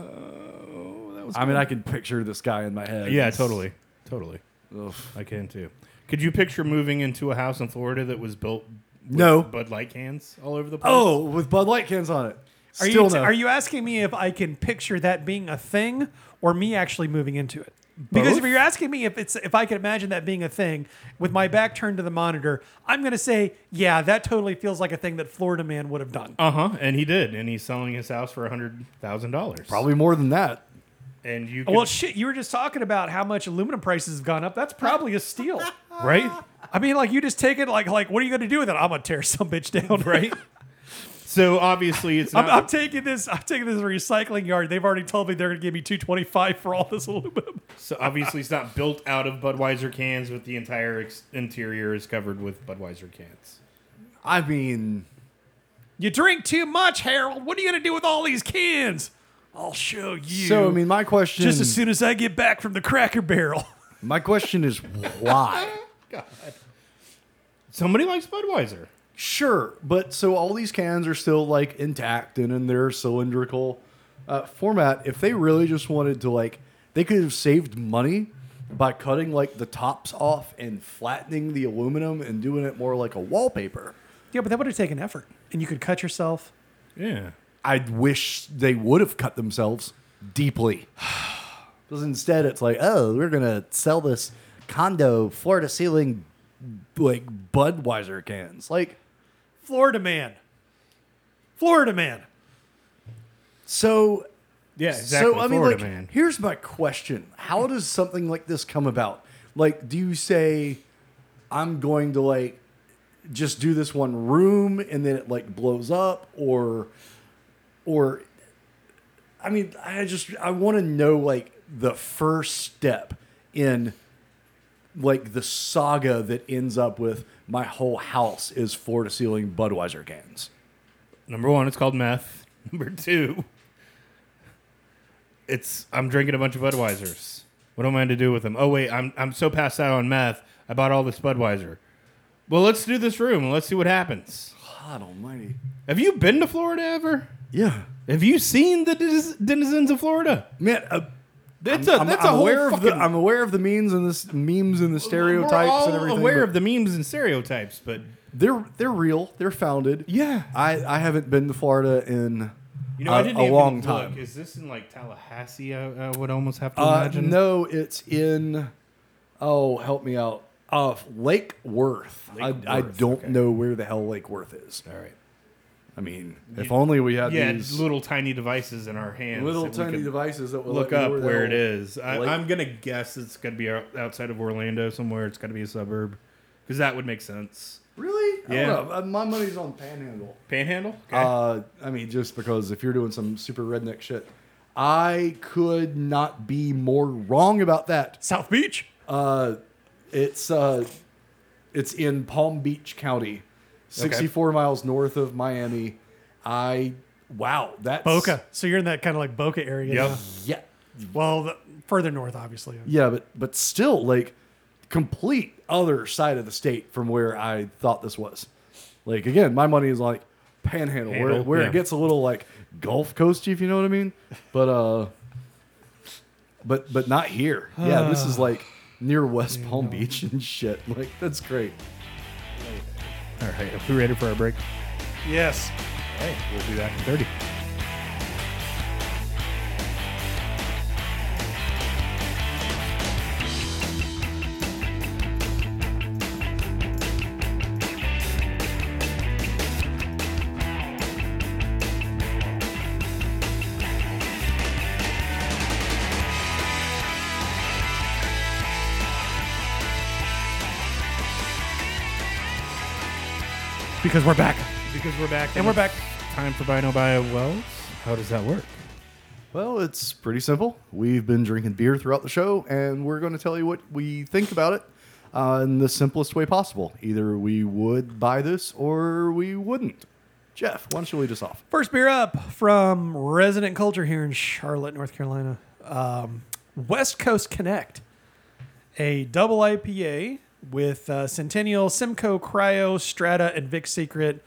Speaker 2: Oh,
Speaker 3: I mean, I can picture this guy in my head.
Speaker 1: Yeah,
Speaker 3: It's-
Speaker 1: totally, totally.
Speaker 3: Ugh.
Speaker 1: I can too. Could you picture moving into a house in Florida that was built? With
Speaker 3: No.
Speaker 1: Bud Light cans all over the place.
Speaker 3: Oh, with Bud Light cans on it.
Speaker 2: Are
Speaker 3: Still
Speaker 2: you
Speaker 3: no.
Speaker 2: are you asking me if I can picture that being a thing or me actually moving into it? Because if
Speaker 1: Both?
Speaker 2: you're asking me if it's if I can imagine that being a thing with my back turned to the monitor, I'm going to say, yeah, that totally feels like a thing that Florida man would have done.
Speaker 1: Uh huh. And he did, and he's selling his house for a hundred thousand dollars.
Speaker 3: Probably more than that.
Speaker 1: And you could,
Speaker 2: Well, shit, you were just talking about how much aluminum prices have gone up. That's probably a steal.
Speaker 1: right?
Speaker 2: I mean, like you just take it like like what are you going to do with it? I'm going to tear some bitch down, right?
Speaker 1: So obviously it's
Speaker 2: I'm,
Speaker 1: not.
Speaker 2: I'm taking this. I'm taking this to the recycling yard. They've already told me they're going to give me 225 for all this aluminum.
Speaker 1: so obviously it's not built out of Budweiser cans, but the entire ex- interior is covered with Budweiser cans.
Speaker 3: I mean,
Speaker 2: You drink too much, Harold. What are you going to do with all these cans? I'll show you.
Speaker 3: so I mean, my question,
Speaker 2: just as soon as I get back from the Cracker Barrel.
Speaker 3: my question is why?
Speaker 1: Somebody likes Budweiser.
Speaker 3: sure, but so all these cans are still like intact and in their cylindrical uh, format. If they really just wanted to, like, they could have saved money by cutting like the tops off and flattening the aluminum and doing it more like a wallpaper.
Speaker 2: Yeah, but that would have taken effort, and you could cut yourself.
Speaker 1: Yeah.
Speaker 3: I wish they would have cut themselves deeply.
Speaker 4: Because instead, it's like, oh, we're gonna sell this condo floor to ceiling.
Speaker 3: Like Budweiser cans. Like,
Speaker 2: Florida man. Florida man.
Speaker 3: so
Speaker 1: Yeah, exactly.
Speaker 3: So I mean,
Speaker 1: Florida
Speaker 3: like,
Speaker 1: man.
Speaker 3: here's my question: How does something like this come about? Like, do you say, "I'm going to like just do this one room," and then it like blows up, or, or, I mean, I just I want to know like the first step in like the saga that ends up with my whole house is floor to ceiling Budweiser cans.
Speaker 1: Number one, it's called meth. Number two, it's I'm drinking a bunch of Budweisers. What am I to do with them? Oh wait, I'm I'm so passed out on meth. I bought all this Budweiser. Well, let's do this room and let's see what happens.
Speaker 3: God Almighty!
Speaker 1: Have you been to Florida ever?
Speaker 3: Yeah,
Speaker 1: Have you seen the deniz- denizens of Florida?
Speaker 3: man. Uh,
Speaker 1: That's a
Speaker 3: I'm,
Speaker 1: that's
Speaker 3: I'm
Speaker 1: a
Speaker 3: aware
Speaker 1: whole
Speaker 3: of the
Speaker 1: fucking-
Speaker 3: I'm aware of the memes and this memes and the stereotypes
Speaker 1: We're all
Speaker 3: and everything.
Speaker 1: aware
Speaker 3: but
Speaker 1: of the memes and stereotypes, but
Speaker 3: they're they're real. They're founded.
Speaker 1: Yeah.
Speaker 3: I, I haven't been to Florida in
Speaker 1: you know
Speaker 3: a,
Speaker 1: I didn't
Speaker 3: a
Speaker 1: even
Speaker 3: long
Speaker 1: look.
Speaker 3: time.
Speaker 1: Is this in like Tallahassee? I, I would almost have to
Speaker 3: Uh,
Speaker 1: imagine.
Speaker 3: no, it's in oh help me out. Uh, Lake Worth. I,
Speaker 1: Lake
Speaker 3: I
Speaker 1: Worth,
Speaker 3: don't
Speaker 1: okay.
Speaker 3: know where the hell Lake Worth is.
Speaker 1: All right.
Speaker 3: I mean, if only we had
Speaker 1: Yeah,
Speaker 3: these
Speaker 1: little tiny devices in our hands.
Speaker 3: little
Speaker 1: that we
Speaker 3: tiny
Speaker 1: could
Speaker 3: devices that will
Speaker 1: Look
Speaker 3: let me know
Speaker 1: up where,
Speaker 3: the
Speaker 1: it
Speaker 3: hell-
Speaker 1: is. I,
Speaker 3: Lake-
Speaker 1: I'm gonna guess it's gonna be out- outside of Orlando somewhere. It's gonna be a suburb, because that would make sense.
Speaker 3: Really? I
Speaker 1: Yeah.
Speaker 3: don't know. Uh, My money's on Panhandle.
Speaker 1: Panhandle. Okay.
Speaker 3: Uh, I mean, just because if you're doing some super redneck shit, I could not be more wrong about that.
Speaker 2: South Beach.
Speaker 3: Uh, it's uh, it's in Palm Beach County, 64 miles north of Miami. I wow, that's
Speaker 2: Boca. So you're in that kind of like Boca area.
Speaker 1: yep.
Speaker 2: now.
Speaker 3: Yeah,
Speaker 2: Well, the, further north, obviously.
Speaker 3: yeah, but but still, like, complete other side of the state from where I thought this was. Like again, my money is like Panhandle, where,
Speaker 1: Handle,
Speaker 3: where
Speaker 1: yeah.
Speaker 3: it gets a little like Gulf Coasty, if you know what I mean. But uh, but but not here. Yeah, this is like near West Palm Beach and shit. Like that's great.
Speaker 1: All right. Are we ready for our break?
Speaker 2: Yes.
Speaker 1: Hey, we'll be back in thirty.
Speaker 2: Because we're back.
Speaker 1: Because we're back
Speaker 2: And we're back.
Speaker 1: Time for buy no buy wells. How does that work?
Speaker 3: Well, it's pretty simple. We've been drinking beer throughout the show, and we're going to tell you what we think about it uh, in the simplest way possible. Either we would buy this or we wouldn't. Jeff, why don't you lead us off?
Speaker 2: First beer up from Resident Culture here in Charlotte, North Carolina. Um, West Coast Connect, a double IPA with uh, Centennial, Simcoe, Cryo, Strata, and Vic Secret.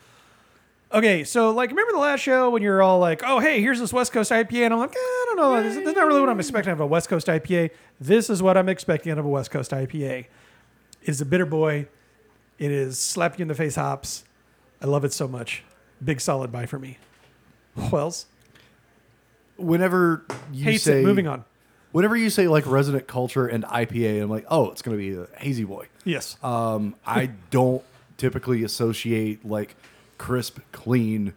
Speaker 2: Okay, so like, remember the last show when you're all like, "Oh, hey, here's this West Coast IPA," and I'm like, eh, "I don't know, this, this is not really what I'm expecting out of a West Coast IPA." This is what I'm expecting out of a West Coast IPA. It is a bitter boy. It is slap you in the face hops. I love it so much. Big solid buy for me. Wells
Speaker 3: Whenever you
Speaker 2: hates
Speaker 3: say
Speaker 2: it. Moving on.
Speaker 3: whenever you say like resident culture and IPA, I'm like, oh, it's going to be a hazy boy.
Speaker 2: Yes.
Speaker 3: Um, I don't typically associate like crisp, clean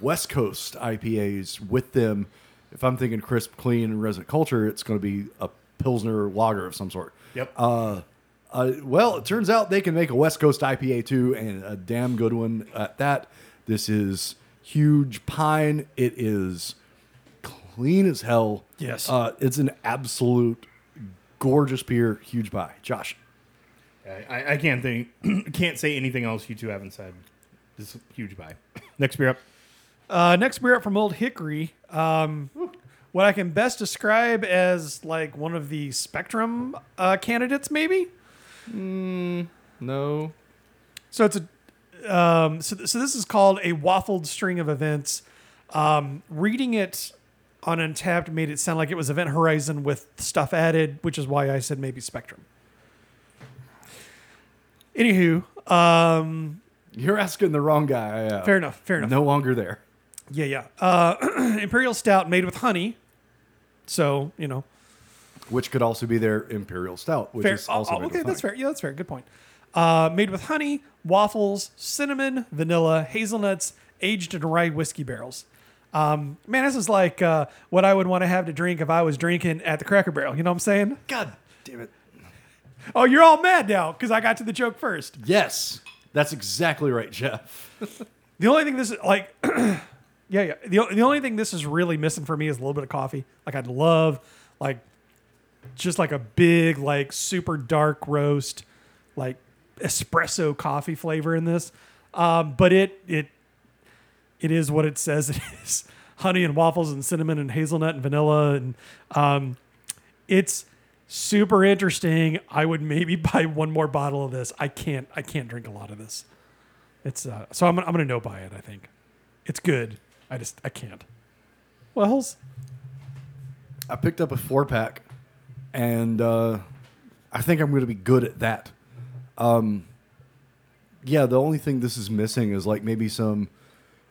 Speaker 3: West Coast IPAs with them. If I'm thinking crisp, clean, and resident culture, it's going to be a Pilsner lager of some sort.
Speaker 1: Yep.
Speaker 3: Uh, uh, well, it turns out they can make a West Coast IPA too, and a damn good one at that. This is huge pine. It is clean as hell.
Speaker 2: Yes.
Speaker 3: Uh, it's an absolute gorgeous beer. Huge buy. Josh.
Speaker 1: I, I- I can't think, can't say anything else you two haven't said. This is a huge buy. Next beer up.
Speaker 2: Uh, next beer up from Old Hickory. Um, what I can best describe as like one of the spectrum uh, candidates, maybe.
Speaker 3: No.
Speaker 2: So it's a um, so th- so this is called a waffled string of events. Um, reading it on Untapped made it sound like it was Event Horizon with stuff added, which is why I said maybe Spectrum. Anywho, um,
Speaker 3: You're asking the wrong guy. I, uh,
Speaker 2: fair enough, fair enough.
Speaker 3: No longer there.
Speaker 2: Yeah, yeah. Uh, Imperial Stout made with honey. So, you know,
Speaker 3: Which could also be their imperial stout, which
Speaker 2: fair.
Speaker 3: is also
Speaker 2: oh,
Speaker 3: made
Speaker 2: okay,
Speaker 3: with
Speaker 2: that's
Speaker 3: honey.
Speaker 2: fair. Yeah, that's fair. Good point. Uh, made with honey, waffles, cinnamon, vanilla, hazelnuts, aged in rye whiskey barrels. Um, man, this is like uh, what I would want to have to drink if I was drinking at the Cracker Barrel. You know what I'm saying?
Speaker 3: God damn it.
Speaker 2: Oh, you're all mad now because I got to the joke first.
Speaker 3: Yes, that's exactly right, Jeff.
Speaker 2: The only thing this is like, yeah, yeah. The, o- the only thing this is really missing for me is a little bit of coffee. Like I'd love, like, just like a big, like super dark roast, like espresso coffee flavor in this. Um, but it it it is what it says it is: honey and waffles and cinnamon and hazelnut and vanilla and um, it's super interesting. I would maybe buy one more bottle of this. I can't I can't drink a lot of this. It's uh, so I'm, I'm gonna no buy it. I think it's good. I just I can't. Wells,
Speaker 3: I picked up a four pack, and uh, I think I'm going to be good at that. Um, yeah, the only thing this is missing is like maybe some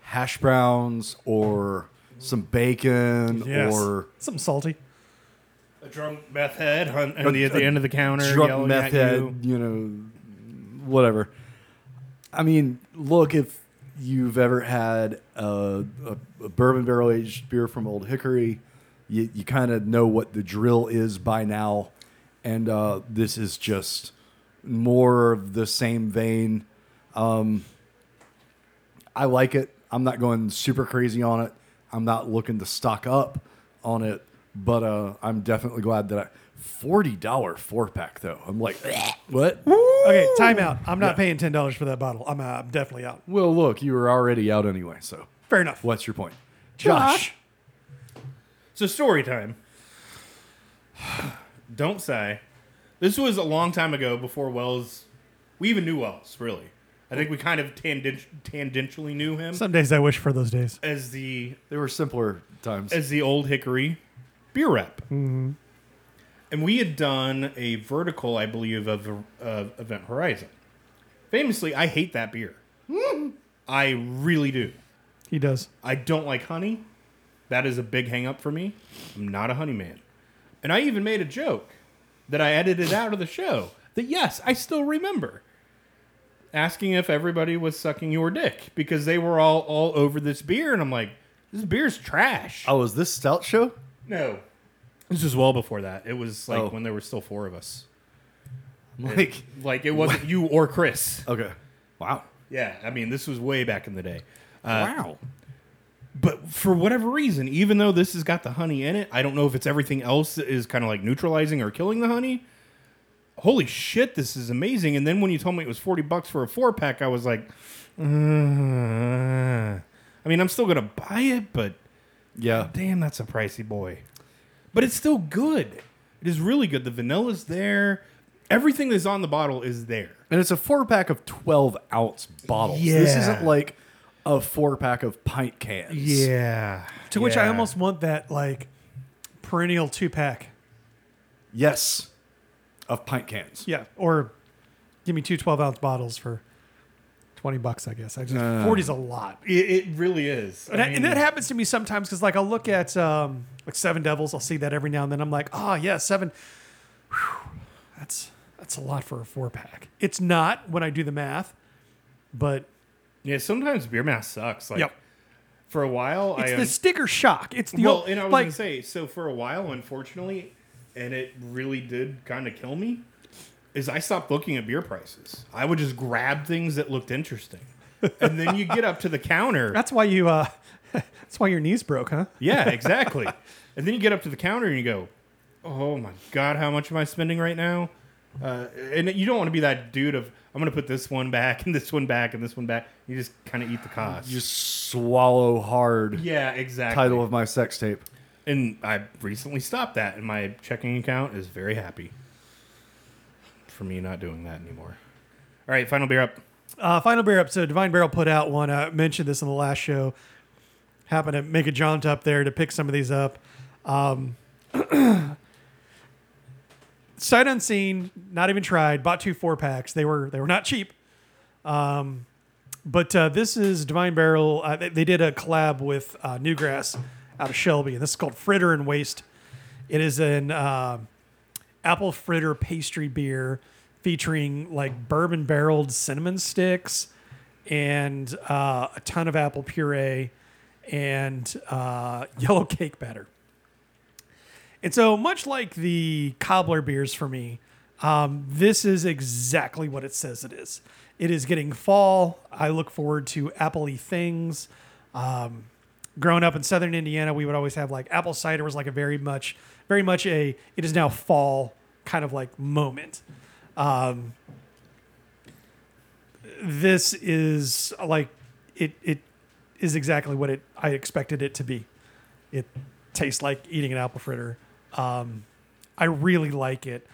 Speaker 3: hash browns or some bacon or
Speaker 2: something salty.
Speaker 1: A drunk meth head on, on the, at the end of the counter.
Speaker 3: drunk
Speaker 1: yelling
Speaker 3: meth
Speaker 1: at
Speaker 3: head,
Speaker 1: you.
Speaker 3: you. know, whatever. I mean, look, if you've ever had a, a, a bourbon barrel aged beer from Old Hickory, you, you kind of know what the drill is by now. And uh, this is just more of the same vein. Um, I like it. I'm not going super crazy on it. I'm not looking to stock up on it, but uh, I'm definitely glad that I. Forty dollar four pack though. I'm like, what?
Speaker 2: Okay, time out. I'm not paying ten dollars for that bottle. I'm, uh, I'm definitely out.
Speaker 3: Well, look, you were already out anyway. So,
Speaker 2: Fair enough.
Speaker 3: what's your point,
Speaker 2: Josh.
Speaker 1: So story time. Don't say. This was a long time ago before Wells. We even knew Wells, really. I think we kind of tangent, tangentially knew him
Speaker 2: Some days I wish for those days.
Speaker 1: as the
Speaker 3: There were simpler times.
Speaker 1: as the old Hickory beer rep. And we had done a vertical, I believe, of, of Event Horizon. Famously, I hate that beer. I really do.
Speaker 2: He does.
Speaker 1: I don't like honey. That is a big hang up for me. I'm not a honey man. And I even made a joke that I edited out of the show that, yes, I still remember asking if everybody was sucking your dick because they were all, all over this beer. And I'm like, this beer's trash.
Speaker 3: oh, is this stout show?
Speaker 1: No. This was well before that. It was like
Speaker 3: Oh.
Speaker 1: when there were still four of us.
Speaker 3: I'm like,
Speaker 1: Like it wasn't you or Chris.
Speaker 3: okay, wow, Uh,
Speaker 1: Yeah, I mean this was way back in the day.
Speaker 3: wow.
Speaker 1: But for whatever reason, even though this has got the honey in it, I don't know if it's everything else that is kind of like neutralizing or killing the honey. Holy shit, this is amazing. And then when you told me it was 40 bucks for a four pack, I was like, "Uh." I mean, I'm still going to buy it, but
Speaker 3: Yeah.
Speaker 1: damn, that's a pricey boy. But it's still good. It is really good. The vanilla's there. Everything that's on the bottle is there.
Speaker 3: And it's a four pack of 12 ounce bottles. This
Speaker 1: Yeah.
Speaker 3: isn't like a four pack of pint cans.
Speaker 1: Yeah.
Speaker 2: To which I almost want that like perennial two pack.
Speaker 3: Yes. Of pint cans.
Speaker 2: Yeah. Or give me two 12 ounce bottles for 20 bucks, I guess. I just, 40's a lot.
Speaker 1: It, it really is.
Speaker 2: And,
Speaker 1: I
Speaker 2: I- and
Speaker 1: mean-
Speaker 2: that happens to me sometimes because, like, I'll look at um, like Seven Devils. I'll see that every now and then. I'm like, oh yeah, seven. Whew, that's that's a lot for a four pack. It's not when I do the math, but
Speaker 1: Yeah, sometimes beer math sucks. Like
Speaker 2: Yep.
Speaker 1: for a while,
Speaker 2: it's
Speaker 1: I
Speaker 2: the sticker shock. It's the
Speaker 1: well,
Speaker 2: old,
Speaker 1: and I was
Speaker 2: like
Speaker 1: gonna say so for a while, unfortunately, and it really did kind of kill me. Is I stopped looking at beer prices. I would just grab things that looked interesting, and then you get up to the counter.
Speaker 2: that's why you uh, that's why your knees broke, huh?
Speaker 1: Yeah, exactly. and then you get up to the counter and you go, "Oh my god, how much am I spending right now?" Uh, and you don't want to be that dude of I'm gonna put this one back and this one back and this one back. You just kind of eat the cost.
Speaker 3: You swallow hard.
Speaker 1: yeah, exactly.
Speaker 3: Title of my sex tape.
Speaker 1: And I recently stopped that, and my checking account is very happy for me not doing that anymore. All right, final beer up.
Speaker 2: Uh, final beer up. So Divine Barrel put out one. I mentioned this in the last show. Happened to make a jaunt up there to pick some of these up. Um, sight unseen, not even tried. Bought two four packs. They were they were not cheap. Um, but uh, this is Divine Barrel. Uh, they, they did a collab with uh, Newgrass out of Shelby, and this is called Fritter and Waste. It is an uh, apple fritter pastry beer featuring like bourbon barreled cinnamon sticks and uh, a ton of apple puree and uh, yellow cake batter. And so, much like the cobbler beers for me, um, this is exactly what it says it is. It is getting fall. I look forward to appley things growing up in southern Indiana, we would always have like apple cider was like a very much, very much a it is now fall kind of like moment. Um, this is like it it is exactly what it I expected it to be. It tastes like eating an apple fritter. Um, I really like it.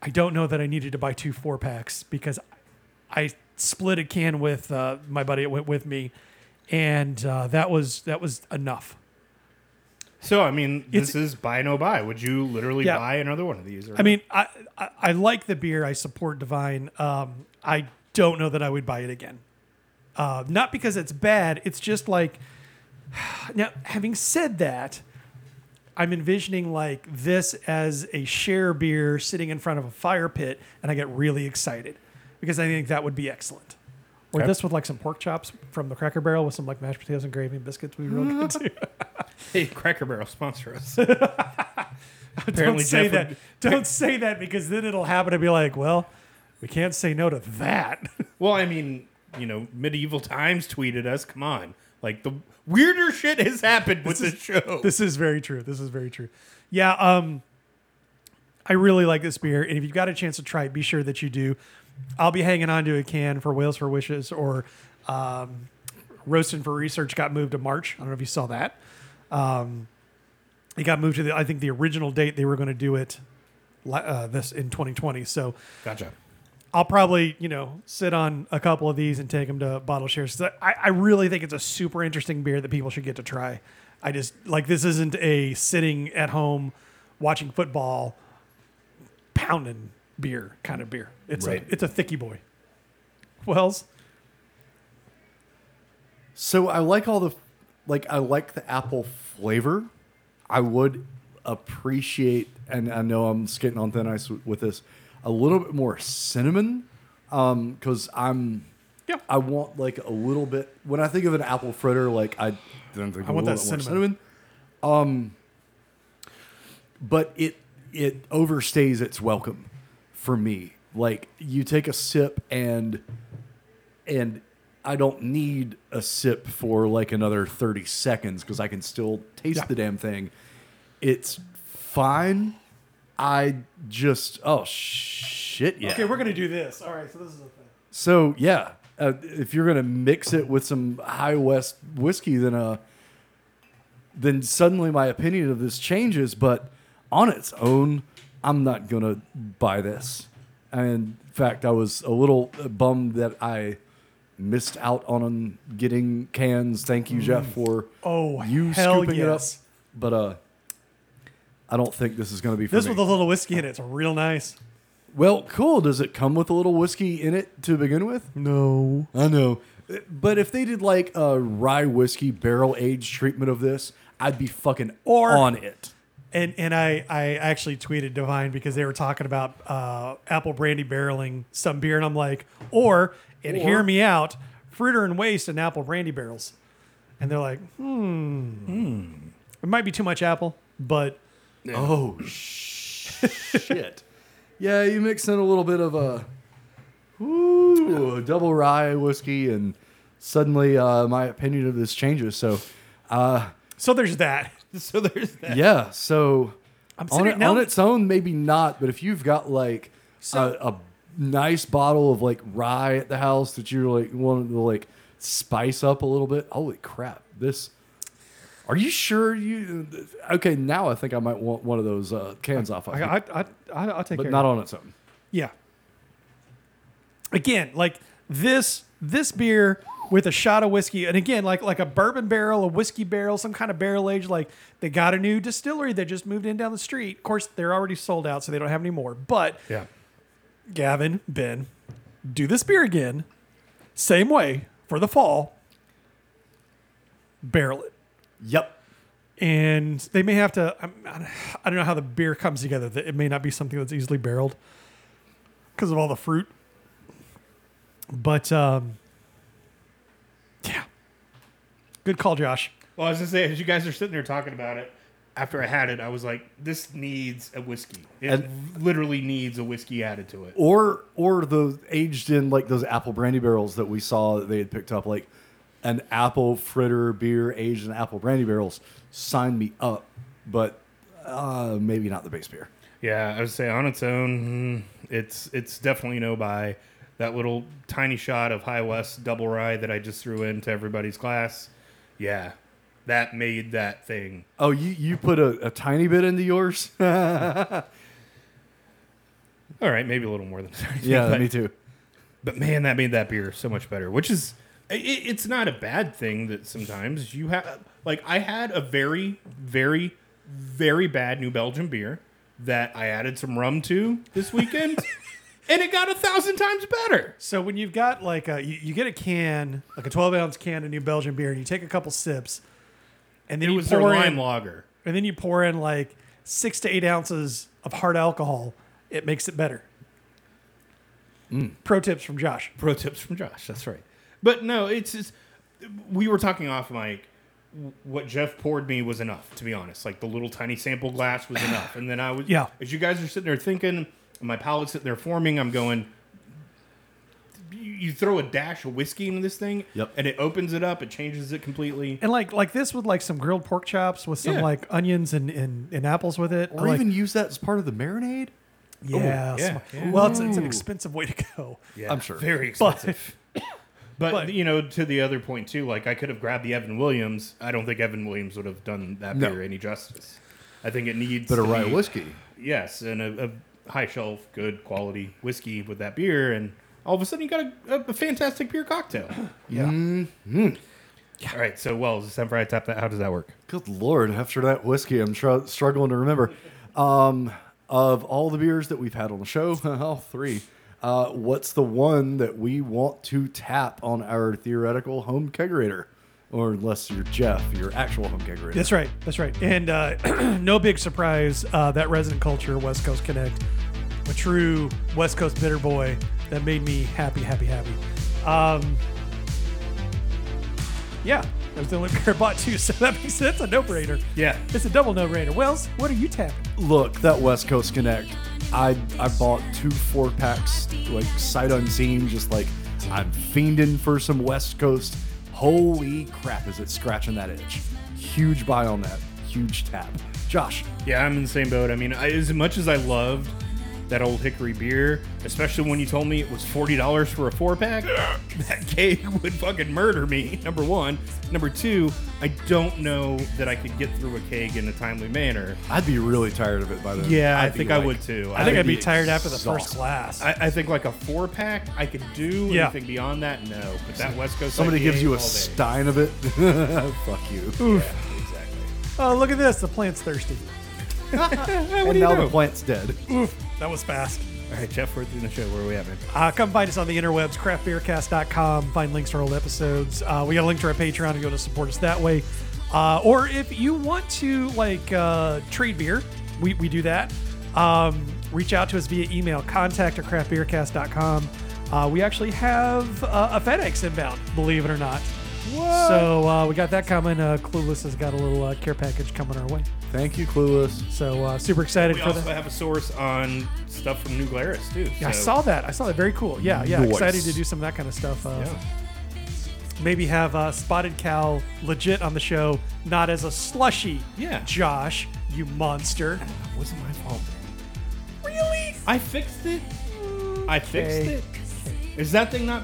Speaker 2: I don't know that I needed to buy two four packs because I split a can with uh, my buddy that went with me, and uh, that was that was enough.
Speaker 1: So, I mean, this
Speaker 2: It's-
Speaker 1: is buy no buy. Would you literally
Speaker 2: Yeah.
Speaker 1: buy another one of these? Or
Speaker 2: I mean, I, I I like the beer. I support Divine. Um, I don't know that I would buy it again. Uh, not because it's bad. It's just like now. Having said that, I'm envisioning like this as a share beer sitting in front of a fire pit, and I get really excited because I think that would be excellent. Or
Speaker 1: Okay.
Speaker 2: this with like some pork chops from the Cracker Barrel with some like mashed potatoes and gravy and biscuits would be real good too.
Speaker 1: hey, Cracker Barrel sponsor us.
Speaker 2: Don't
Speaker 1: Apparently,
Speaker 2: say
Speaker 1: Jeff
Speaker 2: that.
Speaker 1: would-
Speaker 2: Don't say that because then it'll happen to be like, well, we can't say no to that.
Speaker 1: Well, I mean, you know, medieval times tweeted us. Come on, like the weirder shit has happened with this, show.
Speaker 2: this is very true. This is very true. Yeah, um, I really like this beer, and if you've got a chance to try it, be sure that you do. I'll be hanging on to a can for Whales for Wishes or um, Roasting for Research got moved to March. I don't know if you saw that. Um, it got moved to the I think the original date they were going to do it la- uh, this in 2020. So
Speaker 1: gotcha.
Speaker 2: I'll probably, you know, sit on a couple of these and take them to bottle shares. 'Cause I, I really think it's a super interesting beer that people should get to try. I just like this isn't a sitting at home watching football pounding beer kind of beer. It's
Speaker 1: Right.
Speaker 2: a it's a thicky boy. Wells,
Speaker 3: So I like all the, like I like the apple flavor. I would appreciate, and I know I'm skating on thin ice with this, a little bit more cinnamon, um, because I'm,
Speaker 2: Yeah.
Speaker 3: I want like a little bit. When I think of an apple fritter, like I, then think
Speaker 2: I want
Speaker 3: a little
Speaker 2: that
Speaker 3: bit more
Speaker 2: cinnamon.
Speaker 3: Um, but it it overstays its welcome for me. Like you take a sip and and I don't need a sip for like another 30 seconds because I can still taste
Speaker 2: Yeah.
Speaker 3: the damn thing. It's fine. I just, oh shit, yeah.
Speaker 2: Okay, we're gonna do this. All right, so this is a thing.
Speaker 3: So yeah, uh, if you're gonna mix it with some High West whiskey, then uh, then suddenly my opinion of this changes. But on its own, I'm not gonna buy this. And in fact, I was a little bummed that I missed out on getting cans. Thank you, Jeff, for
Speaker 2: Oh,
Speaker 3: you
Speaker 2: hell
Speaker 3: scooping
Speaker 2: yes.
Speaker 3: it up. But uh, I don't think this is gonna be for
Speaker 2: This
Speaker 3: me.
Speaker 2: with a little whiskey in it, it's real nice.
Speaker 3: Well, cool. Does it come with a little whiskey in it to begin with? No. I know. But if they did like a rye whiskey barrel aged treatment of this, I'd be fucking
Speaker 2: Or-
Speaker 3: on it.
Speaker 2: And and I I actually tweeted Divine because they were talking about uh, apple brandy barreling some beer, and I'm like, or and hear me out, fritter and waste and apple brandy barrels, and they're like, hmm,
Speaker 3: Hmm.
Speaker 2: it might be too much apple, but
Speaker 3: Oh shit. Yeah, you mix in a little bit of a ooh, double rye whiskey and suddenly uh, my opinion of this changes. So,
Speaker 2: so there's that.
Speaker 1: So there's that.
Speaker 3: yeah, so
Speaker 2: I'm
Speaker 3: on,
Speaker 2: sitting
Speaker 3: it-
Speaker 2: now-
Speaker 3: on its own, maybe not. But if you've got like
Speaker 2: So-
Speaker 3: a, a nice bottle of like rye at the house that you like wanted to like spice up a little bit, holy crap! This. Are you sure you? Okay, now I think I might want one of those uh, cans off of
Speaker 2: I,
Speaker 3: you,
Speaker 2: I, I, I, I'll take
Speaker 3: but
Speaker 2: care
Speaker 3: not
Speaker 2: of
Speaker 3: on its own.
Speaker 2: it. Yeah. Again, like this this beer with a shot of whiskey, and again, like like a bourbon barrel, a whiskey barrel, some kind of barrel age. Like they got a new distillery that just moved in down the street. Of course, they're already sold out, so they don't have any more. But
Speaker 1: Yeah.
Speaker 2: Gavin, Ben, do this beer again, same way for the fall. Barrel it.
Speaker 3: Yep.
Speaker 2: and they may have to. I'm- I don't- I don't know how the beer comes together. That It may not be something that's easily barreled because of all the fruit. But um, yeah, good call, Josh.
Speaker 1: Well, I was gonna say, as you guys are sitting there talking about it, after I had it, I was like, "This needs a whiskey. It literally needs a whiskey added to it."
Speaker 3: Or or the aged in like those apple brandy barrels that we saw that they had picked up, like an apple fritter beer aged in apple brandy barrels. Sign me up, but uh, maybe not the base beer.
Speaker 1: Yeah, I would say on its own, mm, it's it's definitely no buy. That little tiny shot of High West Double Rye that I just threw into everybody's class, yeah, that made that thing.
Speaker 3: Oh, you, you put a, a tiny bit into yours?
Speaker 1: All right, maybe a little more than
Speaker 3: yeah,
Speaker 1: but,
Speaker 3: me too.
Speaker 1: but man, that made that beer so much better. Which is, i- i it's not a bad thing that sometimes you have. Like I had a very, very, very bad New Belgium beer that I added some rum to this weekend, and it got a thousand times better.
Speaker 2: So when you've got like a, you, you get a can, like a 12 ounce can of New Belgian beer, and you take a couple sips, and then
Speaker 1: It
Speaker 2: you
Speaker 1: was their
Speaker 2: pour
Speaker 1: lime
Speaker 2: in,
Speaker 1: lager.
Speaker 2: and then you pour in like six to eight ounces of hard alcohol, it makes it better.
Speaker 1: Mm.
Speaker 2: Pro tips from Josh.
Speaker 1: Pro tips from Josh. That's right. But no, it's just we were talking off mic. What Jeff poured me was enough, to be honest. Like the little tiny sample glass was enough. And then I was,
Speaker 2: Yeah.
Speaker 1: As you guys are sitting there thinking, and my palate's sitting there forming. I'm going. you- You throw a dash of whiskey into this thing,
Speaker 3: Yep.
Speaker 1: and it opens it up. It changes it completely.
Speaker 2: And like like this with like some grilled pork chops with some
Speaker 1: Yeah.
Speaker 2: like onions and, and, and apples with it.
Speaker 3: Or
Speaker 2: like,
Speaker 3: even use that as part of the marinade?
Speaker 1: yeah,
Speaker 2: yeah, sm-
Speaker 1: oh, yeah.
Speaker 2: Well, it's, it's an expensive way to go.
Speaker 1: Yeah,
Speaker 3: I'm sure.
Speaker 1: Very expensive.
Speaker 2: But
Speaker 1: But,
Speaker 2: But-
Speaker 1: you know, to the other point too, like I could have grabbed the Evan Williams. I don't think Evan Williams would have done that
Speaker 3: No.
Speaker 1: beer any justice. I think it needs
Speaker 4: But a
Speaker 1: to
Speaker 4: rye
Speaker 1: be-
Speaker 4: whiskey.
Speaker 1: Yes, and a, a high shelf, good quality whiskey with that beer, and all of a sudden you got a, a, a fantastic beer cocktail. Mm-hmm.
Speaker 2: yeah.
Speaker 1: All right, so Wells, it's time for I tap that. How does that work?
Speaker 3: Good lord, after that whiskey, I'm tr- struggling to remember. Um, of all the beers that we've had on the show, all three, uh, what's the one that we want to tap on our theoretical home kegerator? Or unless you're Jeff, your actual home kegerator.
Speaker 2: That's right. That's right. And uh, no big surprise uh, that Resident Culture West Coast Connect, a true West Coast bitter boy that made me happy, happy, happy. Um, yeah, that was the only beer I bought too, so that makes sense. A no-brainer.
Speaker 1: Yeah.
Speaker 2: It's a double no-brainer. Wells, what are you tapping?
Speaker 3: Look, that West Coast Connect. I I bought two four packs like sight unseen, just like I'm fiending for some West Coast. Holy crap, is it scratching that itch? Huge buy on that. Huge tap. Josh,
Speaker 1: Yeah, I'm in the same boat. I mean, I, as much as I loved that old Hickory beer, especially when you told me it was forty dollars for a four pack, that cake would fucking murder me. Number one, number two, I don't know that I could get through a keg in a timely manner.
Speaker 3: I'd be really tired of it by then.
Speaker 1: Yeah, I
Speaker 3: I'd be
Speaker 1: think I
Speaker 3: like-
Speaker 1: would too.
Speaker 2: I think I'd
Speaker 3: I'd
Speaker 2: be
Speaker 3: be
Speaker 2: tired after the first
Speaker 3: exhausted.
Speaker 2: class.
Speaker 1: I, I think like a four pack I could do.
Speaker 2: Yeah.
Speaker 1: Anything beyond that, no. But that West Coast.
Speaker 3: Somebody
Speaker 1: IPA
Speaker 3: gives you
Speaker 1: all
Speaker 3: a
Speaker 1: day.
Speaker 3: stein of it. Fuck you.
Speaker 2: oh, look at this. The plant's thirsty.
Speaker 3: and
Speaker 1: do you
Speaker 3: now
Speaker 1: know?
Speaker 3: the plant's dead.
Speaker 2: Oof, that was fast.
Speaker 1: All right, Jeff, we're through the show. Where are we at, man?
Speaker 2: Uh, come find us on the interwebs, craftbeercast.com. Find links to our old episodes. Uh, we got a link to our Patreon if you want to support us that way. Uh, or if you want to like uh, trade beer, we, we do that. Um, reach out to us via email, contact at craftbeercast.com. Uh, we actually have uh, a FedEx inbound, believe it or not. So uh, we got that coming. Uh, Clueless has got a little uh, care package coming our way.
Speaker 3: Thank you, Clueless.
Speaker 2: So uh, super excited
Speaker 1: We
Speaker 2: for
Speaker 1: also
Speaker 2: that.
Speaker 1: have a source on stuff from New Glarus too.
Speaker 2: Yeah, I
Speaker 1: so-
Speaker 2: saw that. I saw that. Very cool. Yeah, yeah.
Speaker 3: Nice.
Speaker 2: Excited to do some of that kind of stuff. Uh,
Speaker 1: Yeah.
Speaker 2: Maybe have uh, Spotted Cow legit on the show, not as a slushy.
Speaker 1: Yeah.
Speaker 2: Josh, you monster.
Speaker 1: It wasn't my fault.
Speaker 2: Really?
Speaker 1: I fixed it. I fixed
Speaker 2: Okay.
Speaker 1: it. Is that thing not?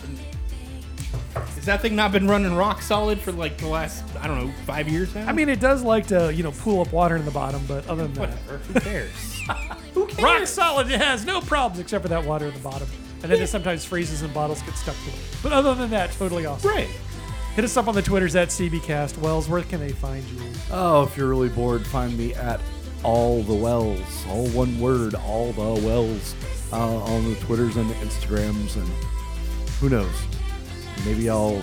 Speaker 1: Is that thing not been running rock solid for like the last I don't know five years now?
Speaker 2: I mean, it does like to you know pool up water in the bottom, but other than that,
Speaker 1: whatever. Who cares? Who cares?
Speaker 2: rock solid. It has no problems except for that water in the bottom, and then it sometimes freezes and bottles get stuck to it. But other than that, totally awesome.
Speaker 1: Right.
Speaker 2: Hit us up on the Twitters at CBcast. Wells, where can they find you?
Speaker 3: Oh, if you're really bored, find me at all the wells, all one word, all the wells, uh, on the Twitters and the Instagrams, and who knows, maybe I'll,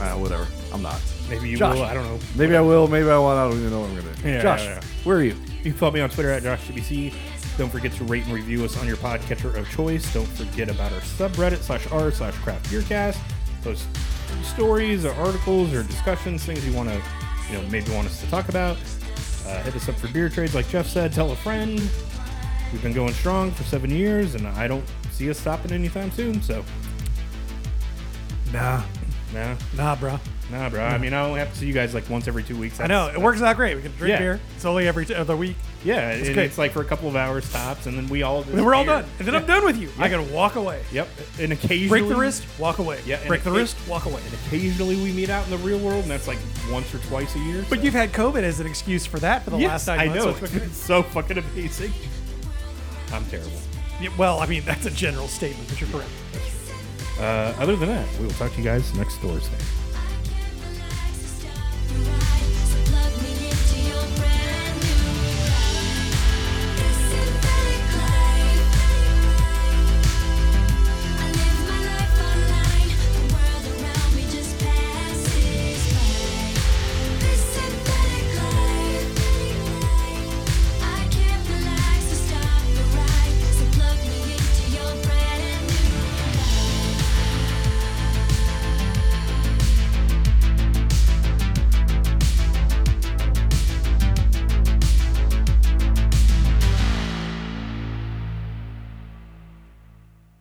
Speaker 3: uh, whatever. I'm not.
Speaker 1: Maybe you
Speaker 3: Josh.
Speaker 1: will. I don't know.
Speaker 3: Maybe I will. Maybe I won't. I don't even know what I'm gonna do.
Speaker 1: Yeah,
Speaker 3: Josh,
Speaker 1: yeah, yeah.
Speaker 3: where are you?
Speaker 1: You can follow me on Twitter at JoshTBC. Don't forget to rate and review us on your podcatcher of choice. Don't forget about our subreddit slash r slash craft beercast. Post stories or articles or discussions, things you want to, you know, maybe want us to talk about. Uh, hit us up for beer trades, like Jeff said. Tell a friend. We've been going strong for seven years, and I don't see us stopping anytime soon. So,
Speaker 2: Nah,
Speaker 1: nah,
Speaker 2: nah, bro.
Speaker 1: nah, bro. I mean, I only have to see you guys like once every two weeks.
Speaker 2: I know it works out great. We can drink
Speaker 1: Yeah.
Speaker 2: beer. It's only every t- other week.
Speaker 1: Yeah, and
Speaker 2: good.
Speaker 1: it's like for a couple of hours tops, and then we all just
Speaker 2: And then we're all
Speaker 1: beer.
Speaker 2: done. And then I'm done with you. I can walk away.
Speaker 1: Yep, and occasionally
Speaker 2: Break the wrist, walk away.
Speaker 1: Yeah, and
Speaker 2: Break the
Speaker 1: it-
Speaker 2: wrist, walk away.
Speaker 1: Occasionally we meet out in the real world, and that's like once or twice a year.
Speaker 2: But you've had COVID as an excuse for that for the last
Speaker 1: yes,
Speaker 2: nine
Speaker 1: I
Speaker 2: months.
Speaker 1: know
Speaker 2: so
Speaker 1: it's
Speaker 2: it's been-
Speaker 1: been so fucking amazing. I'm terrible.
Speaker 2: Yeah, well, I mean, that's a general statement, but you're correct.
Speaker 1: Uh, other than that, we will talk to you guys next Thursday.